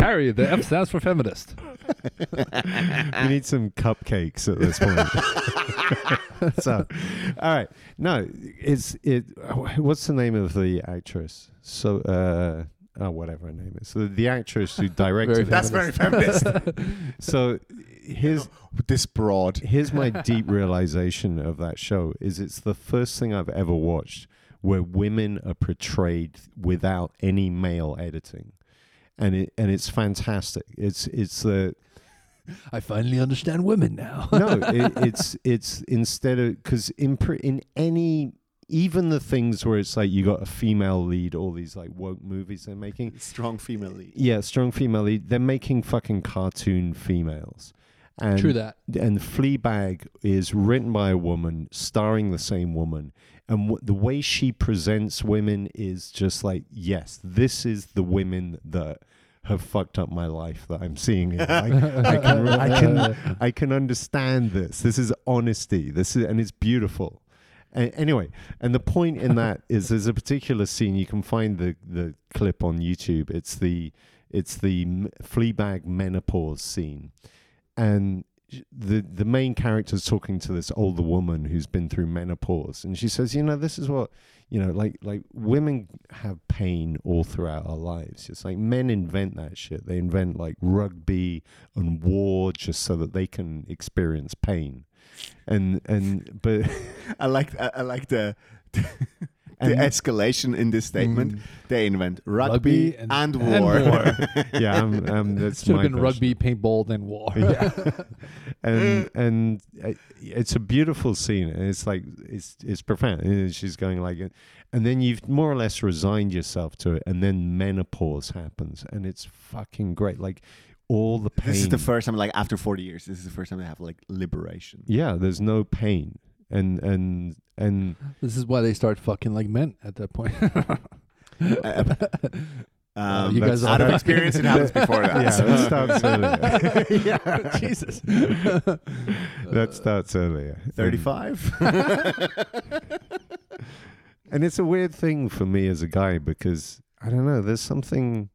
Speaker 1: Harry, the F stands for feminist.
Speaker 2: uh,
Speaker 3: we need some cupcakes at this point. so, all right. No, it's it. What's the name of the actress? So, uh, oh, whatever her name is. So the actress who directed.
Speaker 1: Very
Speaker 3: it.
Speaker 2: That's very feminist.
Speaker 3: So, here's
Speaker 2: this broad.
Speaker 3: here's my deep realization of that show is it's the first thing I've ever watched where women are portrayed without any male editing. And it and it's fantastic. It's it's the
Speaker 1: I finally understand women now.
Speaker 3: no, it, it's it's instead of because in pr- in any even the things where it's like you got a female lead, all these like woke movies they're making.
Speaker 2: Strong female lead.
Speaker 3: Yeah, strong female lead. They're making fucking cartoon females. And
Speaker 1: True that.
Speaker 3: and Fleabag is written by a woman, starring the same woman, and w- the way she presents women is just like, yes, this is the women that have fucked up my life that I'm seeing. Here. Like, I, can, re- I can, I can understand this. This is honesty. This is, and it's beautiful. A- anyway, and the point in that is there's a particular scene you can find the the clip on YouTube. It's the it's the m- Fleabag menopause scene, and the the main character's talking to this older woman who's been through menopause and she says you know this is what you know like like women have pain all throughout our lives it's like men invent that shit they invent like rugby and war just so that they can experience pain and and but
Speaker 2: I like I, I like the the
Speaker 3: and
Speaker 2: escalation in this statement. They invent rugby,
Speaker 1: Mm. Rugby
Speaker 2: and,
Speaker 1: and-
Speaker 2: war.
Speaker 1: and war.
Speaker 3: yeah I'm, I'm, that's
Speaker 1: Should
Speaker 3: my
Speaker 1: have been
Speaker 3: version.
Speaker 1: rugby, paintball, then war.
Speaker 3: yeah. and and uh, it's a beautiful scene and it's like it's it's profound and she's going like and then you've more or less resigned yourself to it and then menopause happens and it's fucking great like all the pain
Speaker 2: this is the first time, like after forty years, this is the first time they have like liberation.
Speaker 3: yeah there's no pain and and and
Speaker 1: This is why they start fucking like men at that point.
Speaker 2: Uh, um,
Speaker 1: you
Speaker 2: but
Speaker 1: guys are
Speaker 2: out of
Speaker 1: fucking-
Speaker 2: experience, it happens before that.
Speaker 3: yeah
Speaker 2: So-
Speaker 3: that starts earlier
Speaker 1: yeah. Jesus.
Speaker 3: that starts earlier And-
Speaker 2: 35
Speaker 3: and it's a weird thing for me as a guy because I don't know. There's something,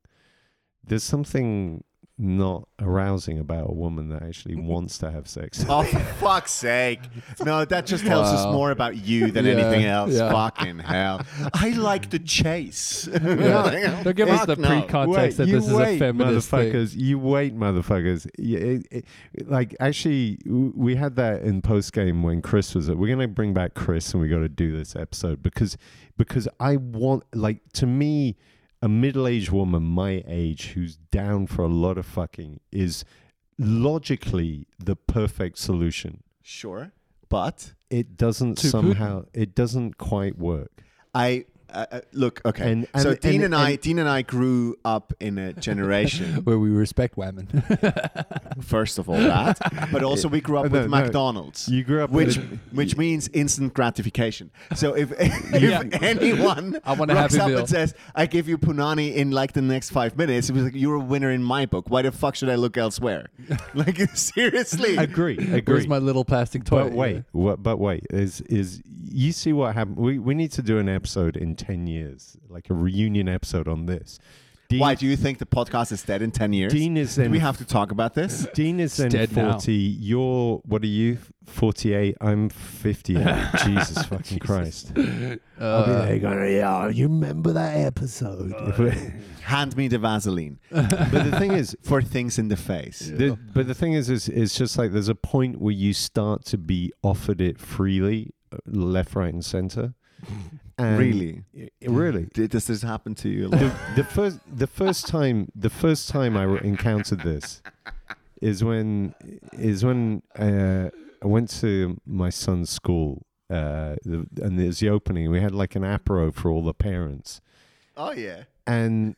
Speaker 3: there's something not arousing about a woman that actually wants to have sex.
Speaker 2: oh for fuck's sake no that just tells us
Speaker 1: Wow.
Speaker 2: more about you than
Speaker 1: Yeah,
Speaker 2: anything else
Speaker 1: yeah.
Speaker 2: fucking hell i like the chase
Speaker 1: Don't give us
Speaker 2: Fuck
Speaker 1: the
Speaker 2: no.
Speaker 1: pre-context that this is a feminist thing.
Speaker 3: motherfuckers. You wait, motherfuckers. Y- it- it- like, actually, w- we had that in post game when Chris was. We're gonna bring back Chris, and we got to do this episode because because I want like to me, a middle aged woman my age who's down for a lot of fucking is logically the perfect solution.
Speaker 2: sure but
Speaker 3: It doesn't
Speaker 1: To Putin.
Speaker 3: somehow. It doesn't quite work.
Speaker 2: i uh, uh, look okay
Speaker 3: And-
Speaker 2: so
Speaker 3: and-
Speaker 2: dean and,
Speaker 3: and-
Speaker 2: i
Speaker 3: and-
Speaker 2: dean and i grew up in a generation
Speaker 1: Where we respect women.
Speaker 2: first of all that but also we grew up
Speaker 3: Uh,
Speaker 2: with
Speaker 3: no, no.
Speaker 2: mcdonald's
Speaker 3: You grew up
Speaker 2: which
Speaker 3: with a-
Speaker 2: which means instant gratification. So if, if
Speaker 1: Yeah.
Speaker 2: anyone
Speaker 1: I want a
Speaker 2: rocks
Speaker 1: Happy
Speaker 2: up
Speaker 1: Meal.
Speaker 2: and says, "I give you punani in like the next five minutes," it was like you're a winner in my book. Why the fuck should I look elsewhere? like seriously,
Speaker 3: Agree.
Speaker 1: Where's
Speaker 3: Agree.
Speaker 1: my little plastic toy?
Speaker 3: But wait, what, but wait, is is you see what happened? We we need to do an episode in ten years, like a reunion episode on this. Dean,
Speaker 2: why do you think the podcast is dead in ten years?
Speaker 3: Dean is
Speaker 2: do
Speaker 3: then
Speaker 2: we have to talk about this?
Speaker 3: Dean is then
Speaker 1: dead now.
Speaker 3: forty. You're what are you? Forty eight. I'm fifty eight. Jesus fucking Christ! I'll be there going, yeah, you remember that episode?
Speaker 2: Hand me the Vaseline
Speaker 3: but the thing is,
Speaker 2: for things in the face.
Speaker 3: The, but the thing is, is it's just like there's a point where you start to be offered it freely, uh, left, right, and center. And
Speaker 2: Really?
Speaker 3: I- really.
Speaker 2: Did, does this happen to you? a lot?
Speaker 3: the, the first, the first time, the first time I encountered this, is when is when uh, I went to my son's school uh, the, and there's the opening. We had like an apero for all the parents,
Speaker 2: Oh yeah,
Speaker 3: and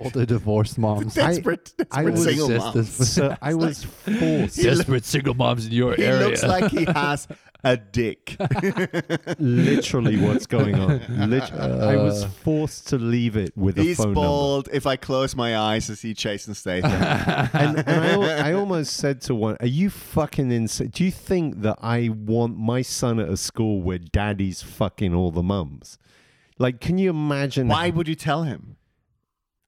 Speaker 1: All the divorced moms.
Speaker 2: desperate,
Speaker 3: I
Speaker 2: desperate
Speaker 3: was
Speaker 2: single
Speaker 1: just
Speaker 2: moms.
Speaker 1: as-
Speaker 3: so I was forced.
Speaker 2: He
Speaker 1: Desperate single moms in your
Speaker 2: He
Speaker 1: area.
Speaker 2: looks like he has a dick.
Speaker 3: literally, what's going on? Lit- I was forced to leave it with a
Speaker 2: He's
Speaker 3: phone number.
Speaker 2: bald. If I close my eyes, I see Jason Statham.
Speaker 3: and, and I, al- I almost said to one, "Are you fucking insane? Do you think that I want my son at a school where daddy's fucking all the mums? Like, can you imagine?
Speaker 2: Why would you tell him?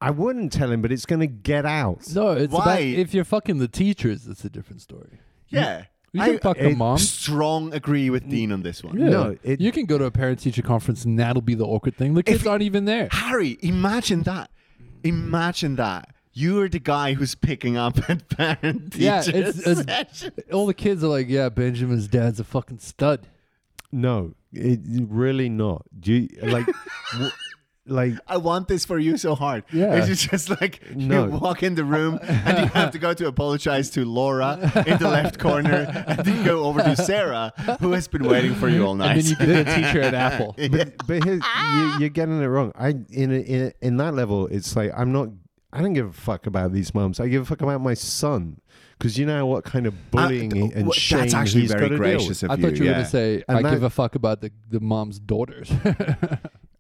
Speaker 3: I wouldn't tell him, but it's gonna get out.
Speaker 1: no, it's
Speaker 2: Why?
Speaker 1: about if you're fucking the teachers, it's a different story.
Speaker 2: Yeah,
Speaker 1: You
Speaker 2: I
Speaker 1: can fuck the
Speaker 3: it-
Speaker 1: mom.
Speaker 2: strong agree with Dean on this one.
Speaker 1: Yeah.
Speaker 3: No, it-
Speaker 1: you can go to a parent teacher conference and that'll be the awkward thing. The kids aren't even there.
Speaker 2: Harry, imagine that. Imagine that. You're the guy who's picking up at parent teacher
Speaker 1: Yeah, it's- it's-
Speaker 2: session.
Speaker 1: All the kids are like, yeah, Benjamin's dad's a fucking stud.
Speaker 3: No, it really not. Do you like, w- like?
Speaker 2: I want this for you so hard.
Speaker 1: Yeah.
Speaker 2: It's just like
Speaker 3: No.
Speaker 2: you walk in the room and you have to go to apologize to Laura in the left corner and you go over to Sarah, who has been waiting for you all night.
Speaker 1: And then you give the teacher an apple.
Speaker 3: But, but here, you, you're getting it wrong. I in a, in a, in that level, it's like I'm not. I don't give a fuck about these mums. I give a fuck about my son because you know what kind of
Speaker 2: Uh,
Speaker 3: bullying
Speaker 2: th-
Speaker 3: and
Speaker 2: wh-
Speaker 3: shame
Speaker 2: That's actually
Speaker 3: he's
Speaker 2: very
Speaker 3: gotta deal with.
Speaker 2: gracious of
Speaker 1: I
Speaker 2: you.
Speaker 1: thought you were
Speaker 2: yeah.
Speaker 1: gonna say
Speaker 3: And
Speaker 1: I
Speaker 3: that-
Speaker 1: give a fuck about the, the mom's daughters.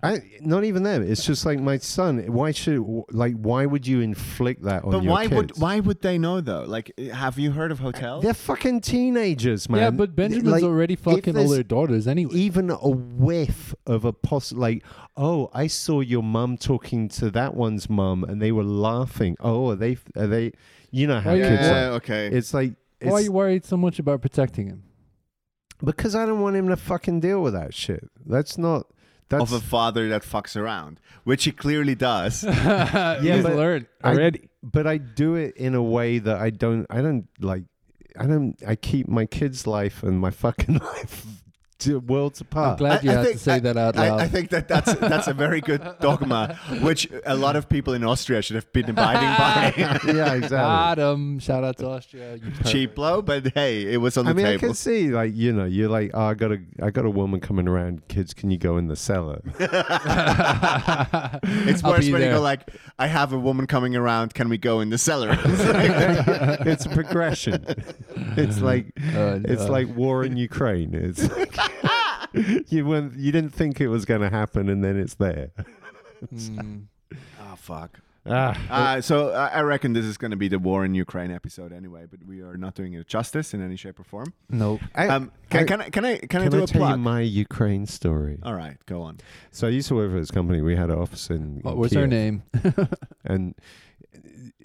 Speaker 3: I not even them. It's just like my son. Why should like why would you inflict that on
Speaker 2: But
Speaker 3: your
Speaker 2: why
Speaker 3: kids?
Speaker 2: would why would they know though? Like, eh, have you heard of hotels?
Speaker 3: They're fucking teenagers, man.
Speaker 1: yeah, but Benjamin's
Speaker 3: Like,
Speaker 1: already
Speaker 3: if e
Speaker 1: fucking all
Speaker 3: there's
Speaker 1: their daughters anyway.
Speaker 3: Even a whiff of a poss like, oh, I saw your mum talking to that one's mum, and they were laughing. Oh, are they? Are they? You know how
Speaker 1: Why you-
Speaker 3: kids
Speaker 2: Yeah,
Speaker 3: are.
Speaker 2: okay.
Speaker 3: It's like it's,
Speaker 1: Why are you worried so much about protecting him?
Speaker 3: because I don't want him to fucking deal with that shit. That's not. That's
Speaker 2: of a father that fucks around, which he clearly does.
Speaker 1: yeah,
Speaker 3: Yeah,
Speaker 1: he's
Speaker 3: but
Speaker 1: learned
Speaker 3: I-
Speaker 1: already.
Speaker 3: but I do it in a way that I don't. I don't like. I don't. I keep my kids' life and my fucking life to worlds
Speaker 1: I'm
Speaker 3: apart.
Speaker 1: glad you
Speaker 2: I- I
Speaker 1: had to
Speaker 2: think-
Speaker 1: say
Speaker 2: I-
Speaker 1: that out
Speaker 2: I-
Speaker 1: loud.
Speaker 2: I, think that that's that's a very good dogma, which a lot of people in Austria should have been abiding by.
Speaker 3: yeah,
Speaker 1: Ah.
Speaker 3: exactly.
Speaker 1: Adam, shout out to Austria. You
Speaker 2: Cheap
Speaker 1: pervert.
Speaker 2: blow, but hey, it was on the
Speaker 3: I mean, I
Speaker 2: table.
Speaker 3: can see like you know, you're like, oh, I got a, I got a woman coming around. Kids, can you go in the cellar?
Speaker 2: it's
Speaker 1: I'll
Speaker 2: worse
Speaker 1: be
Speaker 2: when you
Speaker 1: there.
Speaker 2: go like, "I have a woman coming around. Can we go in the cellar?" It's like-
Speaker 3: it's a progression. It's like,
Speaker 1: Uh,
Speaker 3: it's
Speaker 1: uh,
Speaker 3: like war in Ukraine. It's like- you weren't, you didn't think it was going to happen, and then it's there.
Speaker 1: Mm.
Speaker 2: oh fuck.
Speaker 3: Ah,
Speaker 2: Uh, so I I reckon this is going to be the war in Ukraine episode anyway, but we are not doing it justice in any shape or form.
Speaker 1: Nope.
Speaker 3: I-
Speaker 2: Um, can,
Speaker 3: I-
Speaker 2: can I can I can, I
Speaker 3: can
Speaker 2: do
Speaker 3: I
Speaker 2: a
Speaker 3: tell you
Speaker 2: plug?
Speaker 3: my Ukraine story?
Speaker 2: All right, go on.
Speaker 3: So I used to work for this company. We had an office in.
Speaker 1: What
Speaker 3: in
Speaker 1: Oh, was
Speaker 3: Kiev.
Speaker 1: her name?
Speaker 3: And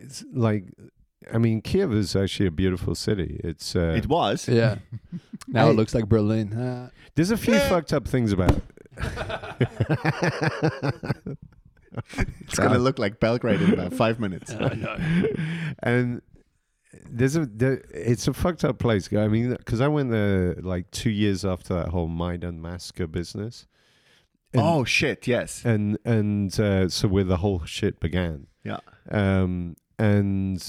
Speaker 3: it's like, I mean, Kiev is actually a beautiful city. It's uh,
Speaker 2: It was.
Speaker 1: yeah. Now
Speaker 3: I-
Speaker 1: it looks like Berlin. Uh,
Speaker 3: there's a few fucked up things about. It.
Speaker 2: It's going to look like Belgrade in about five minutes.
Speaker 3: and there's a there, it's a fucked up place. I mean, because I went there like two years after that whole Maidan massacre business, And-
Speaker 2: oh shit! Yes.
Speaker 3: and and uh, so where the whole shit began.
Speaker 2: Yeah.
Speaker 3: Um, and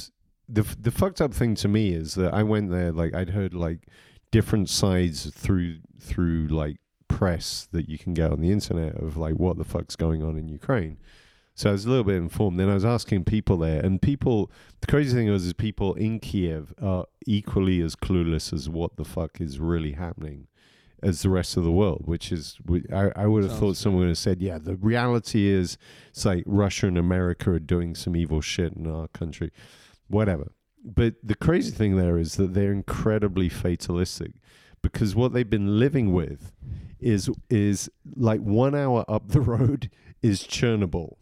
Speaker 3: the f- the fucked up thing to me is that I went there like I'd heard like different sides through through like press that you can get on the internet of like what the fuck's going on in Ukraine. So I was a little bit informed. Then I was asking people there, and people. The crazy thing was, is people in Kiev are equally as clueless as what the fuck is really happening as the rest of the world. Which is, we- I, I would have
Speaker 1: Sounds
Speaker 3: thought someone would have said, "Yeah, the reality is, it's like Russia and America are doing some evil shit in our country, whatever." But the crazy thing there is that they're incredibly fatalistic because what they've been living with is is like one hour up the road is Chernobyl,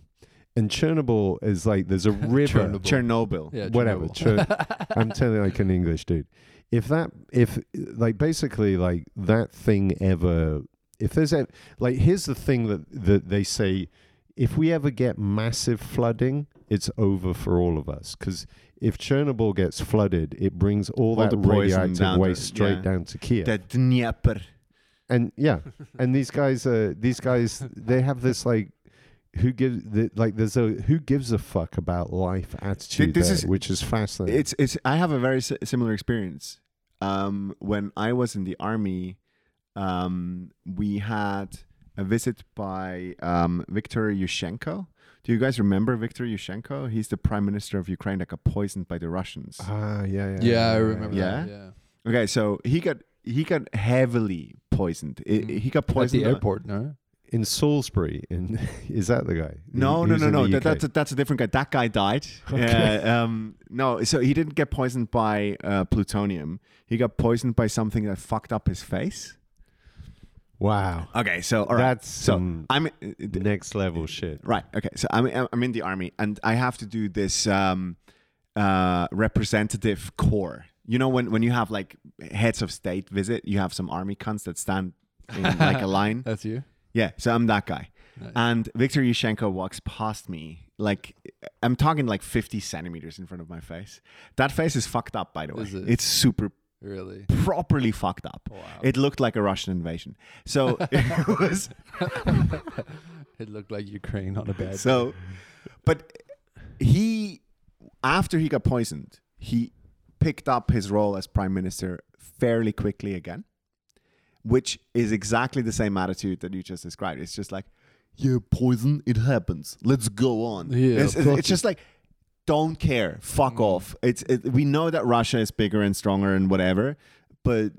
Speaker 3: and Chernobyl is like there's a river,
Speaker 1: Chernobyl.
Speaker 2: Chernobyl.
Speaker 1: yeah,
Speaker 3: whatever.
Speaker 1: Chernobyl.
Speaker 3: Chern- I'm telling you, like an English dude. If that, if like basically like that thing ever, if there's a like, here's the thing that that they say, if we ever get massive flooding, it's over for all of us because. If Chernobyl gets flooded, it brings all,
Speaker 2: All
Speaker 3: that
Speaker 2: the poison
Speaker 3: radioactive
Speaker 2: down to-
Speaker 3: waste straight
Speaker 2: yeah.
Speaker 3: down to Kiev
Speaker 2: The Dnieper.
Speaker 3: and yeah and these guys uh these guys they have this like who gives the, like there's a who gives a fuck about life attitude
Speaker 2: this
Speaker 3: there,
Speaker 2: is-
Speaker 3: which is fascinating.
Speaker 2: It's it's. I have a very si- similar experience. Um, when I was in the army, um, we had a visit by um, Viktor Yushchenko. Do you guys remember Viktor Yushchenko? He's the prime minister of Ukraine that got poisoned by the Russians.
Speaker 1: Uh-huh.
Speaker 3: ah, yeah, yeah,
Speaker 1: Yeah, I remember
Speaker 3: yeah.
Speaker 1: that.
Speaker 2: Yeah?
Speaker 1: Yeah.
Speaker 2: Okay, so he got he got heavily poisoned. I-
Speaker 1: Mm.
Speaker 2: He got
Speaker 1: At
Speaker 2: poisoned uh,
Speaker 1: the airport, no?
Speaker 3: In Salisbury, in is that the guy?
Speaker 2: No,
Speaker 3: He-
Speaker 2: no,
Speaker 3: he's
Speaker 2: no,
Speaker 3: in
Speaker 2: no.
Speaker 3: the
Speaker 2: That,
Speaker 3: UK.
Speaker 2: that's a, that's a different guy. That guy died.
Speaker 3: Okay.
Speaker 2: Uh, um, no, so he didn't get poisoned by uh, plutonium. He got poisoned by something that fucked up his face.
Speaker 3: wow.
Speaker 2: Okay, so all right.
Speaker 3: That's
Speaker 2: so
Speaker 3: some
Speaker 2: I'm uh,
Speaker 3: the
Speaker 2: d-
Speaker 3: next level shit.
Speaker 2: right. Okay, so I'm I'm in the army and I have to do this um, uh, representative corps. You know when when you have like heads of state visit, you have some army cunts that stand in like a line.
Speaker 1: That's you?
Speaker 2: Yeah, so I'm that guy.
Speaker 1: Nice.
Speaker 2: And Viktor Yushchenko walks past me. Like, I'm talking like 50 centimeters in front of my face. That face is fucked up, by the way.
Speaker 1: Is it?
Speaker 2: It's super
Speaker 1: Really?
Speaker 2: properly fucked up.
Speaker 1: Wow.
Speaker 2: It looked like a Russian invasion. So it was
Speaker 1: It looked like Ukraine on a bed.
Speaker 2: so, but he, after he got poisoned, he picked up his role as prime minister fairly quickly again, which is exactly the same attitude that you just described. It's just like, yeah, poison, it happens. Let's go on.
Speaker 1: Yeah,
Speaker 2: it's, it's-
Speaker 1: fuck
Speaker 2: it's just like, don't care. Fuck off. It's it, we know that Russia is bigger and stronger and whatever, but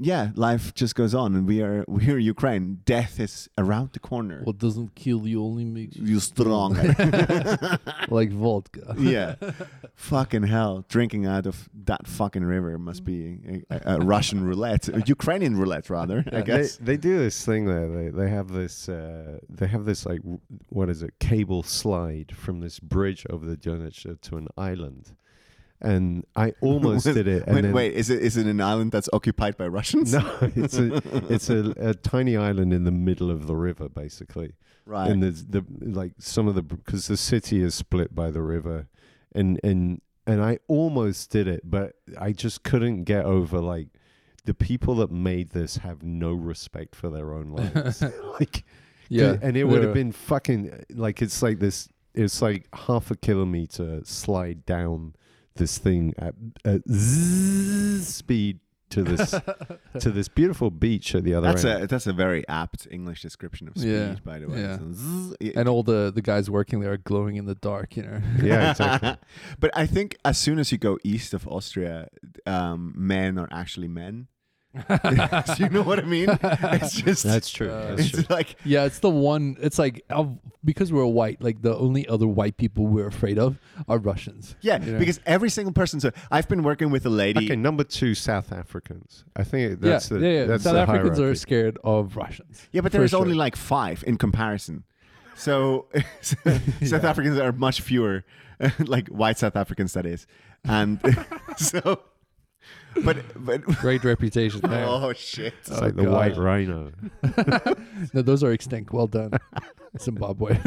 Speaker 2: yeah, life just goes on, and we are we are Ukraine. Death is around the corner.
Speaker 1: What doesn't kill you only makes you
Speaker 2: you stronger.
Speaker 1: like vodka.
Speaker 2: yeah. fucking hell. Drinking out of that fucking river must be a, a, a Russian roulette, a Ukrainian roulette, rather, I guess.
Speaker 3: They, they do this thing there. They, they have this. Uh, they have this like w- what is it? Cable slide from this bridge over the Donetsk to an island, and I almost
Speaker 2: Wait,
Speaker 3: did it. And
Speaker 2: wait,
Speaker 3: then,
Speaker 2: wait, is it, is it an island that's occupied by Russians?
Speaker 3: No, it's a it's a, a tiny island in the middle of the river, basically.
Speaker 2: Right.
Speaker 3: And there's the like some of the because the city is split by the river, and and and I almost did it, but I just couldn't get over like the people that made this have no respect for their own lives. like
Speaker 1: Yeah.
Speaker 3: and it would
Speaker 1: Yeah.
Speaker 3: have been fucking like it's like this. It's like half a kilometer slide down this thing at, at zzz speed to this to this beautiful beach at the other
Speaker 2: That's
Speaker 3: end.
Speaker 2: a that's a very apt English description of speed,
Speaker 1: Yeah,
Speaker 2: by the way.
Speaker 1: yeah.
Speaker 2: So zzz, it-
Speaker 1: And all the, the guys working there are glowing in the dark, you know?
Speaker 3: yeah, exactly.
Speaker 2: but I think as soon as you go east of Austria, um, men are actually men. Do you know what I mean? It's just
Speaker 3: That's true.
Speaker 1: Uh,
Speaker 3: That's true.
Speaker 2: it's like
Speaker 1: Yeah, it's the one. It's like of- because we're white, like the only other white people we're afraid of are Russians.
Speaker 2: yeah,
Speaker 1: You know?
Speaker 2: because every single person. So I've been working with a lady.
Speaker 3: Okay, number two, South Africans. I think
Speaker 1: yeah,
Speaker 3: that's the
Speaker 1: yeah, yeah.
Speaker 3: that's
Speaker 1: South
Speaker 3: the
Speaker 1: Africans are
Speaker 3: hierarchy.
Speaker 1: scared of Russians.
Speaker 2: Yeah, but
Speaker 1: For
Speaker 2: there's
Speaker 1: sure.
Speaker 2: only like five in comparison. So South Africans are much fewer, like white South Africans, that is. And so, but, but,
Speaker 1: Great reputation. there.
Speaker 2: oh shit.
Speaker 3: It's like the
Speaker 1: God.
Speaker 3: white rhino.
Speaker 1: No, those are extinct. Well done, Zimbabwe.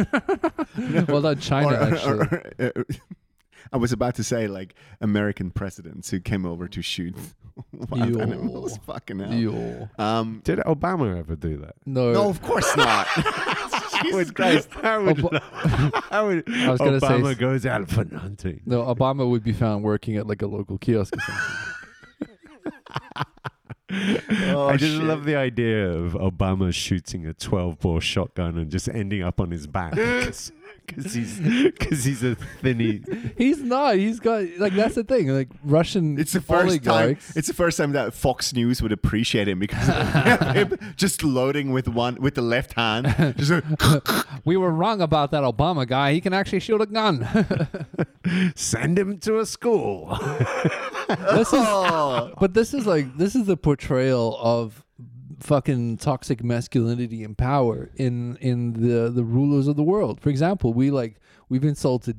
Speaker 1: well done, China.
Speaker 2: Or-
Speaker 1: actually,
Speaker 2: or- or- uh, I was about to say like American presidents who came over to shoot wild
Speaker 1: Yo.
Speaker 2: animals. Fucking hell.
Speaker 1: Yo.
Speaker 2: Um,
Speaker 3: Did Obama ever do that?
Speaker 1: no,
Speaker 2: no, of course not. Jesus Christ.
Speaker 3: I would.
Speaker 1: Ob-
Speaker 3: love- I would.
Speaker 1: I was gonna say
Speaker 3: Obama
Speaker 1: s-
Speaker 3: goes out for hunting.
Speaker 1: no, Obama would be found working at like a local kiosk. Or something.
Speaker 2: Oh,
Speaker 3: I just
Speaker 2: shit.
Speaker 3: love the idea of Obama shooting a 12 bore shotgun and just ending up on his back because he's because he's a thinny.
Speaker 1: he's not. He's got like that's the thing. Like Russian.
Speaker 2: It's the first
Speaker 1: oligarchs.
Speaker 2: time. It's the first time that Fox News would appreciate him because of him just loading with one with the left hand. Just like,
Speaker 1: we were wrong about that Obama guy. He can actually shoot a gun.
Speaker 3: Send him to a school.
Speaker 1: this is
Speaker 2: oh,
Speaker 1: But this is like this is the portrayal of fucking toxic masculinity and power in in the the rulers of the world. For example, we like we've insulted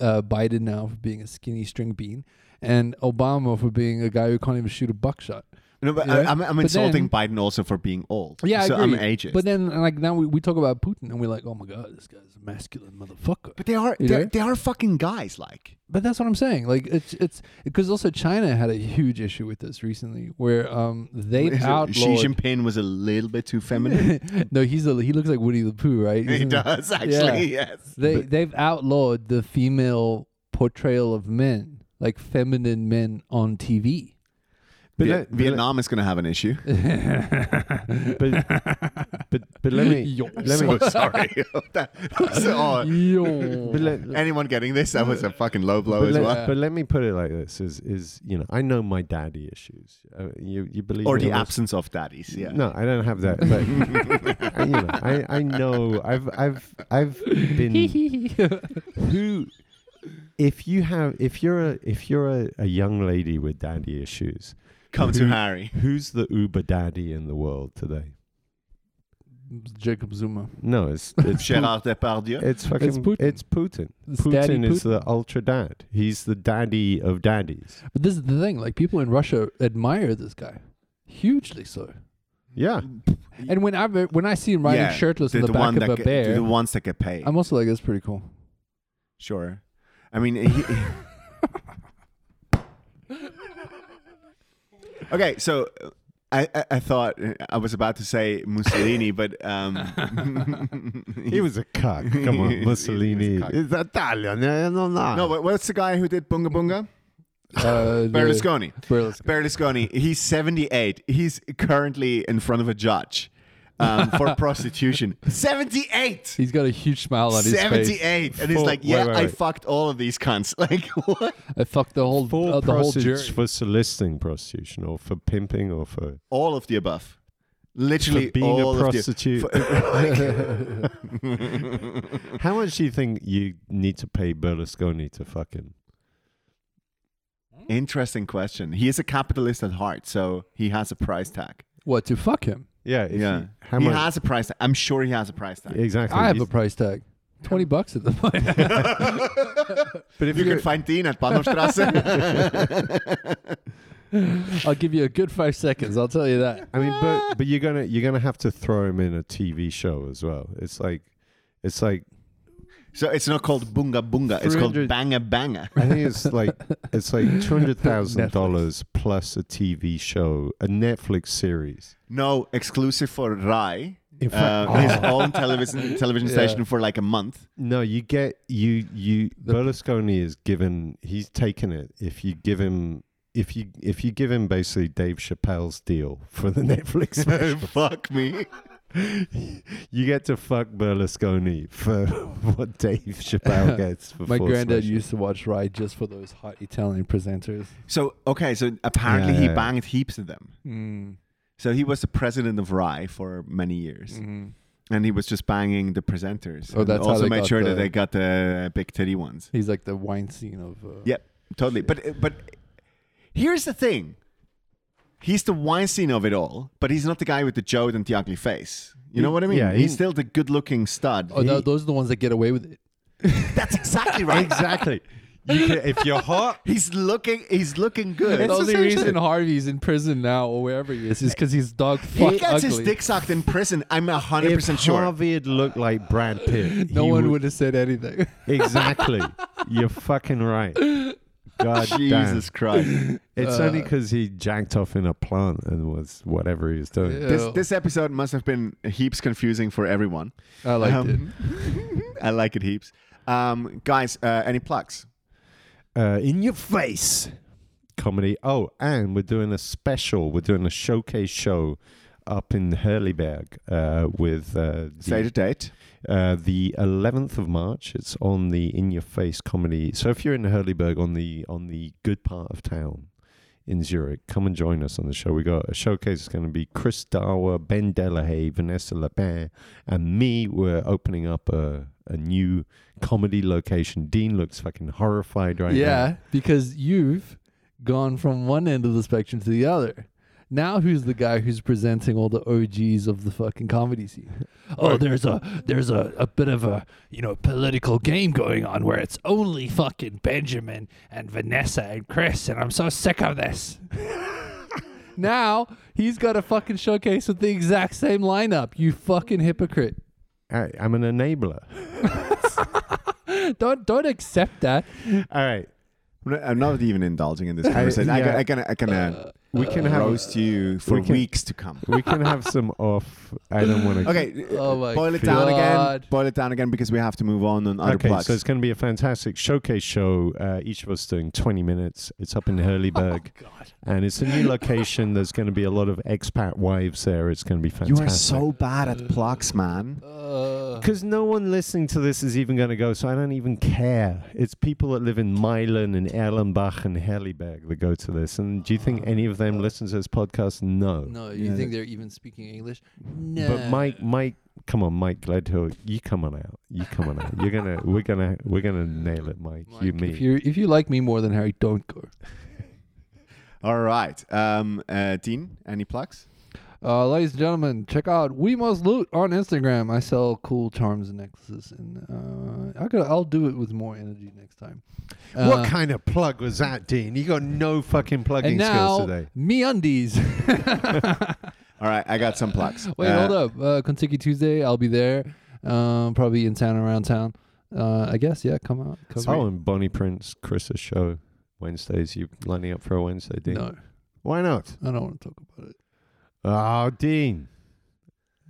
Speaker 1: uh, Biden now for being a skinny string bean, and Obama for being a guy who can't even shoot a buckshot.
Speaker 2: No, but
Speaker 1: Yeah.
Speaker 2: I, I'm, I'm
Speaker 1: But
Speaker 2: insulting Biden also for being old.
Speaker 1: Yeah, I
Speaker 2: so
Speaker 1: agree.
Speaker 2: I'm ageist.
Speaker 1: But then, like now, we, we talk about Putin, and we're like, "Oh my god, this guy's a masculine motherfucker."
Speaker 2: But they are
Speaker 1: You
Speaker 2: they
Speaker 1: know?
Speaker 2: they are fucking guys. Like
Speaker 1: But that's what I'm saying. Like it's it's because also China had a huge issue with this recently, where um they
Speaker 2: Xi
Speaker 1: outlawed.
Speaker 2: Jinping was a little bit too feminine.
Speaker 1: no, he's a he looks like Woody the Pooh, right?
Speaker 2: he
Speaker 1: Isn't
Speaker 2: does actually. Yes.
Speaker 1: They they've outlawed the female portrayal of men, like feminine men on TV.
Speaker 3: But
Speaker 2: Vie-
Speaker 3: let- but let-
Speaker 2: Vietnam is going to have an issue.
Speaker 3: but, but but let me
Speaker 1: Yo.
Speaker 3: let me
Speaker 2: So sorry. That- oh,
Speaker 1: Yo.
Speaker 3: but let,
Speaker 2: anyone getting this? That was a fucking low blow
Speaker 3: but,
Speaker 2: as
Speaker 3: let,
Speaker 2: well.
Speaker 3: but let me put it like this: is is you know I know my daddy issues. Uh, you you believe
Speaker 2: Or
Speaker 3: me
Speaker 2: the
Speaker 3: on this?
Speaker 2: absence of daddies. Yeah.
Speaker 3: No, I don't have that. But I, you know, I, I know I've I've I've been who if you have if you're a if you're a, a young lady with daddy issues,
Speaker 2: Come to Harry.
Speaker 3: who's the Uber daddy in the world today?
Speaker 1: Jacob Zuma.
Speaker 3: No, it's it's
Speaker 2: Gerard Depardieu.
Speaker 3: It's fucking. It's
Speaker 1: Putin.
Speaker 3: Putin. Putin.
Speaker 1: It's daddy
Speaker 3: is the ultra dad. He's the daddy of daddies.
Speaker 1: But this is the thing, like people in Russia admire this guy. Hugely so.
Speaker 3: Yeah,
Speaker 1: And when I when I see him riding
Speaker 2: Yeah,
Speaker 1: shirtless in the,
Speaker 2: one
Speaker 1: back
Speaker 2: that
Speaker 1: of a
Speaker 2: get-
Speaker 1: bear,
Speaker 2: The ones that get paid.
Speaker 1: I'm also like, that's pretty cool.
Speaker 2: sure. I mean. he- okay, so. uh, I, I, I thought uh, I was about to say Mussolini, but um,
Speaker 3: he was a cuck. Come
Speaker 2: He
Speaker 3: on,
Speaker 2: was a
Speaker 3: Mussolini.
Speaker 2: cuck.
Speaker 3: It's Italian. eh, No, no.
Speaker 2: no. But what's the guy who did Bunga Bunga?
Speaker 1: Uh, the-
Speaker 2: Berlusconi.
Speaker 1: Berlusconi.
Speaker 2: Berlusconi. He's 78. He's currently in front of a judge um, for prostitution. 78.
Speaker 1: He's got a huge smile on his face.
Speaker 2: 78. And he's
Speaker 3: Full-
Speaker 2: like, yeah,
Speaker 3: wait, wait,
Speaker 2: I
Speaker 3: wait.
Speaker 2: fucked all of these cunts. Like, what?
Speaker 1: I fucked the whole
Speaker 3: for
Speaker 1: uh, the whole
Speaker 3: prosti-
Speaker 1: jury.
Speaker 3: for soliciting prostitution, or for pimping, or for,
Speaker 2: All of the above. Literally
Speaker 3: for being
Speaker 2: all
Speaker 3: a
Speaker 2: of the uh,
Speaker 3: prostitute. How much do you think you need to pay Berlusconi to fuck him?
Speaker 2: Interesting question. He is a capitalist at heart, so he has a price tag.
Speaker 1: What to fuck him?
Speaker 3: Yeah, if
Speaker 2: yeah.
Speaker 3: You, how
Speaker 2: he
Speaker 3: much?
Speaker 2: has a price tag. I'm sure he has a price tag.
Speaker 3: exactly.
Speaker 1: I have a
Speaker 3: He's-
Speaker 1: price tag. Twenty bucks at the moment.
Speaker 3: but if
Speaker 2: You
Speaker 3: you're-
Speaker 2: can find Dean at Bahnhofstrasse.
Speaker 1: I'll give you a good five seconds. I'll tell you that.
Speaker 3: I mean, but but you're gonna you're gonna have to throw him in a TV show as well. It's like, it's like
Speaker 2: so it's not called Bunga Bunga. It's called
Speaker 3: 300
Speaker 2: Banga Banga.
Speaker 3: I think it's like it's like two hundred thousand dollars plus a TV show, a Netflix series.
Speaker 2: No, exclusive for Rai. Uh,
Speaker 3: In fact,
Speaker 2: His own television television
Speaker 1: Yeah.
Speaker 2: station for like a month.
Speaker 3: no, you get you you Berlusconi is given he's taken it if you give him if you if you give him basically Dave Chappelle's deal for the Netflix special,
Speaker 2: Fuck me.
Speaker 3: you get to fuck Berlusconi for what Dave Chappelle gets for
Speaker 1: My
Speaker 3: four
Speaker 1: granddad
Speaker 3: specials.
Speaker 1: used to watch Ride just for those hot Italian presenters.
Speaker 2: So okay, so apparently
Speaker 3: Yeah,
Speaker 2: he
Speaker 3: yeah, yeah.
Speaker 2: banged heaps of them.
Speaker 1: Hmm.
Speaker 2: So he was the president of Rai for many years, and he was just banging the presenters.
Speaker 1: Mm-hmm. Oh,
Speaker 2: and
Speaker 1: that's how
Speaker 2: also
Speaker 1: they
Speaker 2: made
Speaker 1: got
Speaker 2: sure that
Speaker 1: the-
Speaker 2: they got the big titty ones.
Speaker 1: He's like the wine scene of. Uh,
Speaker 2: Yep, totally. But but here's the thing: he's the Weinstein of it all, but he's not the guy with the jode and the ugly face. You know what I mean?
Speaker 3: Yeah, he-
Speaker 2: he's still the good-looking stud.
Speaker 1: Oh, tho- those are the ones that get away with it.
Speaker 2: That's exactly right.
Speaker 3: exactly. You can, if you're hot,
Speaker 2: He's looking. He's looking good.
Speaker 1: the only
Speaker 3: essentially-
Speaker 1: reason Harvey's in prison now or wherever he is is because he's dog
Speaker 2: he
Speaker 1: fuck
Speaker 2: gets
Speaker 1: ugly.
Speaker 2: his dick sucked in prison. I'm hundred
Speaker 3: if
Speaker 2: percent sure.
Speaker 3: Harvey had looked like Brad Pitt,
Speaker 1: no
Speaker 3: he
Speaker 1: one would have said anything.
Speaker 3: Exactly. You're fucking right. God
Speaker 2: Jesus Christ!
Speaker 3: damn. It's
Speaker 1: Uh,
Speaker 3: only because he jacked off in a plant and was whatever he was doing.
Speaker 2: this
Speaker 1: Ew.
Speaker 2: this episode must have been heaps confusing for everyone.
Speaker 1: I liked it.
Speaker 2: Um, I like it heaps. Um, guys, uh, any plugs?
Speaker 3: Uh, in your face. Comedy. Oh, and we're doing a special. We're doing a showcase show up in Hurleyberg uh, with uh,
Speaker 2: Say the date.
Speaker 3: Uh, the 11th of March. It's on the In Your Face comedy. So if you're in Hurleyberg on the on the good part of town in Zurich, come and join us on the show. We got a showcase. It's going to be Chris Darwa, Ben Delahaye, Vanessa Lapin, and me. We're opening up a a new comedy location. Dean looks fucking horrified right now.
Speaker 1: Yeah, because you've gone from one end of the spectrum to the other. Now who's the guy who's presenting all the OGs of the fucking comedy scene? Oh, there's a there's a, a bit of a you know political game going on where it's only fucking Benjamin and Vanessa and Chris, and I'm so sick of this. now he's got a fucking showcase with the exact same lineup. You fucking hypocrite.
Speaker 3: I, I'm an enabler.
Speaker 1: Don't don't accept that.
Speaker 3: All right.
Speaker 2: I'm not- I'm not even indulging in this conversation. I,
Speaker 3: yeah.
Speaker 2: I, can, I can uh,
Speaker 3: We can have
Speaker 2: roast you for
Speaker 3: we can-
Speaker 2: weeks to come.
Speaker 3: we can have some off. I don't want to.
Speaker 2: Okay,
Speaker 1: Oh my
Speaker 2: boil it down
Speaker 1: God.
Speaker 2: again. Boil it down again because we have to move on on other
Speaker 3: Okay,
Speaker 2: plugs.
Speaker 3: so it's going to be a fantastic showcase show. Uh, each of us doing 20 minutes. It's up in
Speaker 2: Oh,
Speaker 3: Hurleyburg.
Speaker 1: God.
Speaker 3: and it's a new location. There's going to be a lot of expat wives there. It's going to be fantastic.
Speaker 2: you are so bad at plugs, man.
Speaker 1: Uh,
Speaker 3: Because no one listening to this is even going to go, so I don't even care. It's people that live in Meilen and Erlenbach and Helleberg that go to this. And do you think any of them listen to this podcast? No.
Speaker 1: no, you
Speaker 2: Yeah.
Speaker 1: think they're even speaking English? No.
Speaker 3: But Mike, Mike, come on, Mike Gledhill, you come on out. You come on out. You're gonna, we're gonna, we're gonna nail it, Mike.
Speaker 1: Mike,
Speaker 3: you, me.
Speaker 1: If you if you like me more than Harry, don't go.
Speaker 2: All right, um, uh, Dean, any plugs?
Speaker 1: Uh, ladies and gentlemen, check out We Must Loot on Instagram. I sell cool charms and necklaces, and uh, I could, I'll do it with more energy next time. Uh,
Speaker 3: what kind of plug was that, Dean? You got no fucking plugging
Speaker 1: and now,
Speaker 3: skills today.
Speaker 1: Me Undies.
Speaker 2: All right, I got some plugs.
Speaker 1: Wait,
Speaker 2: Uh,
Speaker 1: hold up. Uh, Kentucky Tuesday, I'll be there. Um, probably in town around town. Uh, I guess, yeah, come out. Come
Speaker 3: Oh, and Bonnie Prince, Chris's show Wednesdays. You lining up for a Wednesday, Dean?
Speaker 1: No,
Speaker 3: Why not?
Speaker 1: I don't want to talk about it.
Speaker 3: Oh, Dean.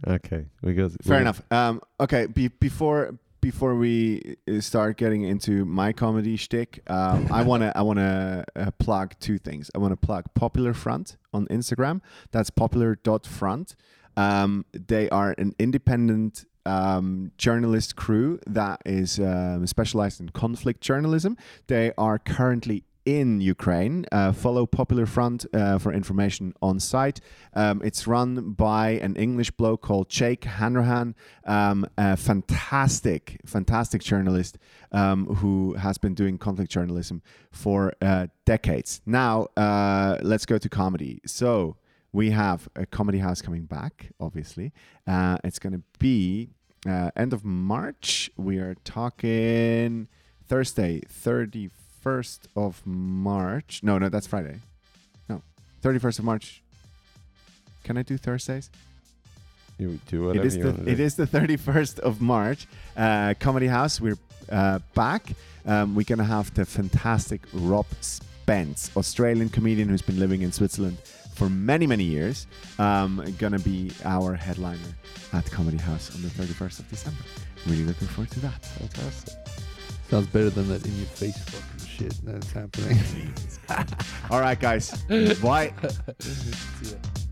Speaker 3: Okay, we got
Speaker 2: Fair enough. Um, okay, be, before before we uh, start getting into my comedy shtick, um, I wanna I wanna uh, plug two things. I wanna plug Popular Front on Instagram. That's popular.front. Um, they are an independent um, journalist crew that is um, specialized in conflict journalism. They are currently in Ukraine. Uh, follow Popular Front uh, for information on site. Um, it's run by an English bloke called Jake Hanrahan, um, a fantastic, fantastic journalist um, who has been doing conflict journalism for uh, decades. Now, uh, let's go to comedy. So, we have a comedy house coming back, obviously. Uh, it's going to be uh, end of March. We are talking Thursday, 31st of March. No, no, that's Friday. No, 31st of March. Can I do Thursdays?
Speaker 3: You do whatever
Speaker 2: it is
Speaker 3: you
Speaker 2: the
Speaker 3: want to
Speaker 2: it
Speaker 3: do.
Speaker 2: is the 31st of March. Uh, Comedy House, we're uh, back. Um, we're gonna have the fantastic Rob Spence, Australian comedian who's been living in Switzerland for many many years. Um, gonna be our headliner at Comedy House on the 31st of December. Really looking forward to that.
Speaker 3: Fantastic.
Speaker 1: Sounds better than that in your face fucking shit that's happening.
Speaker 2: All right, guys. Bye.
Speaker 1: See ya.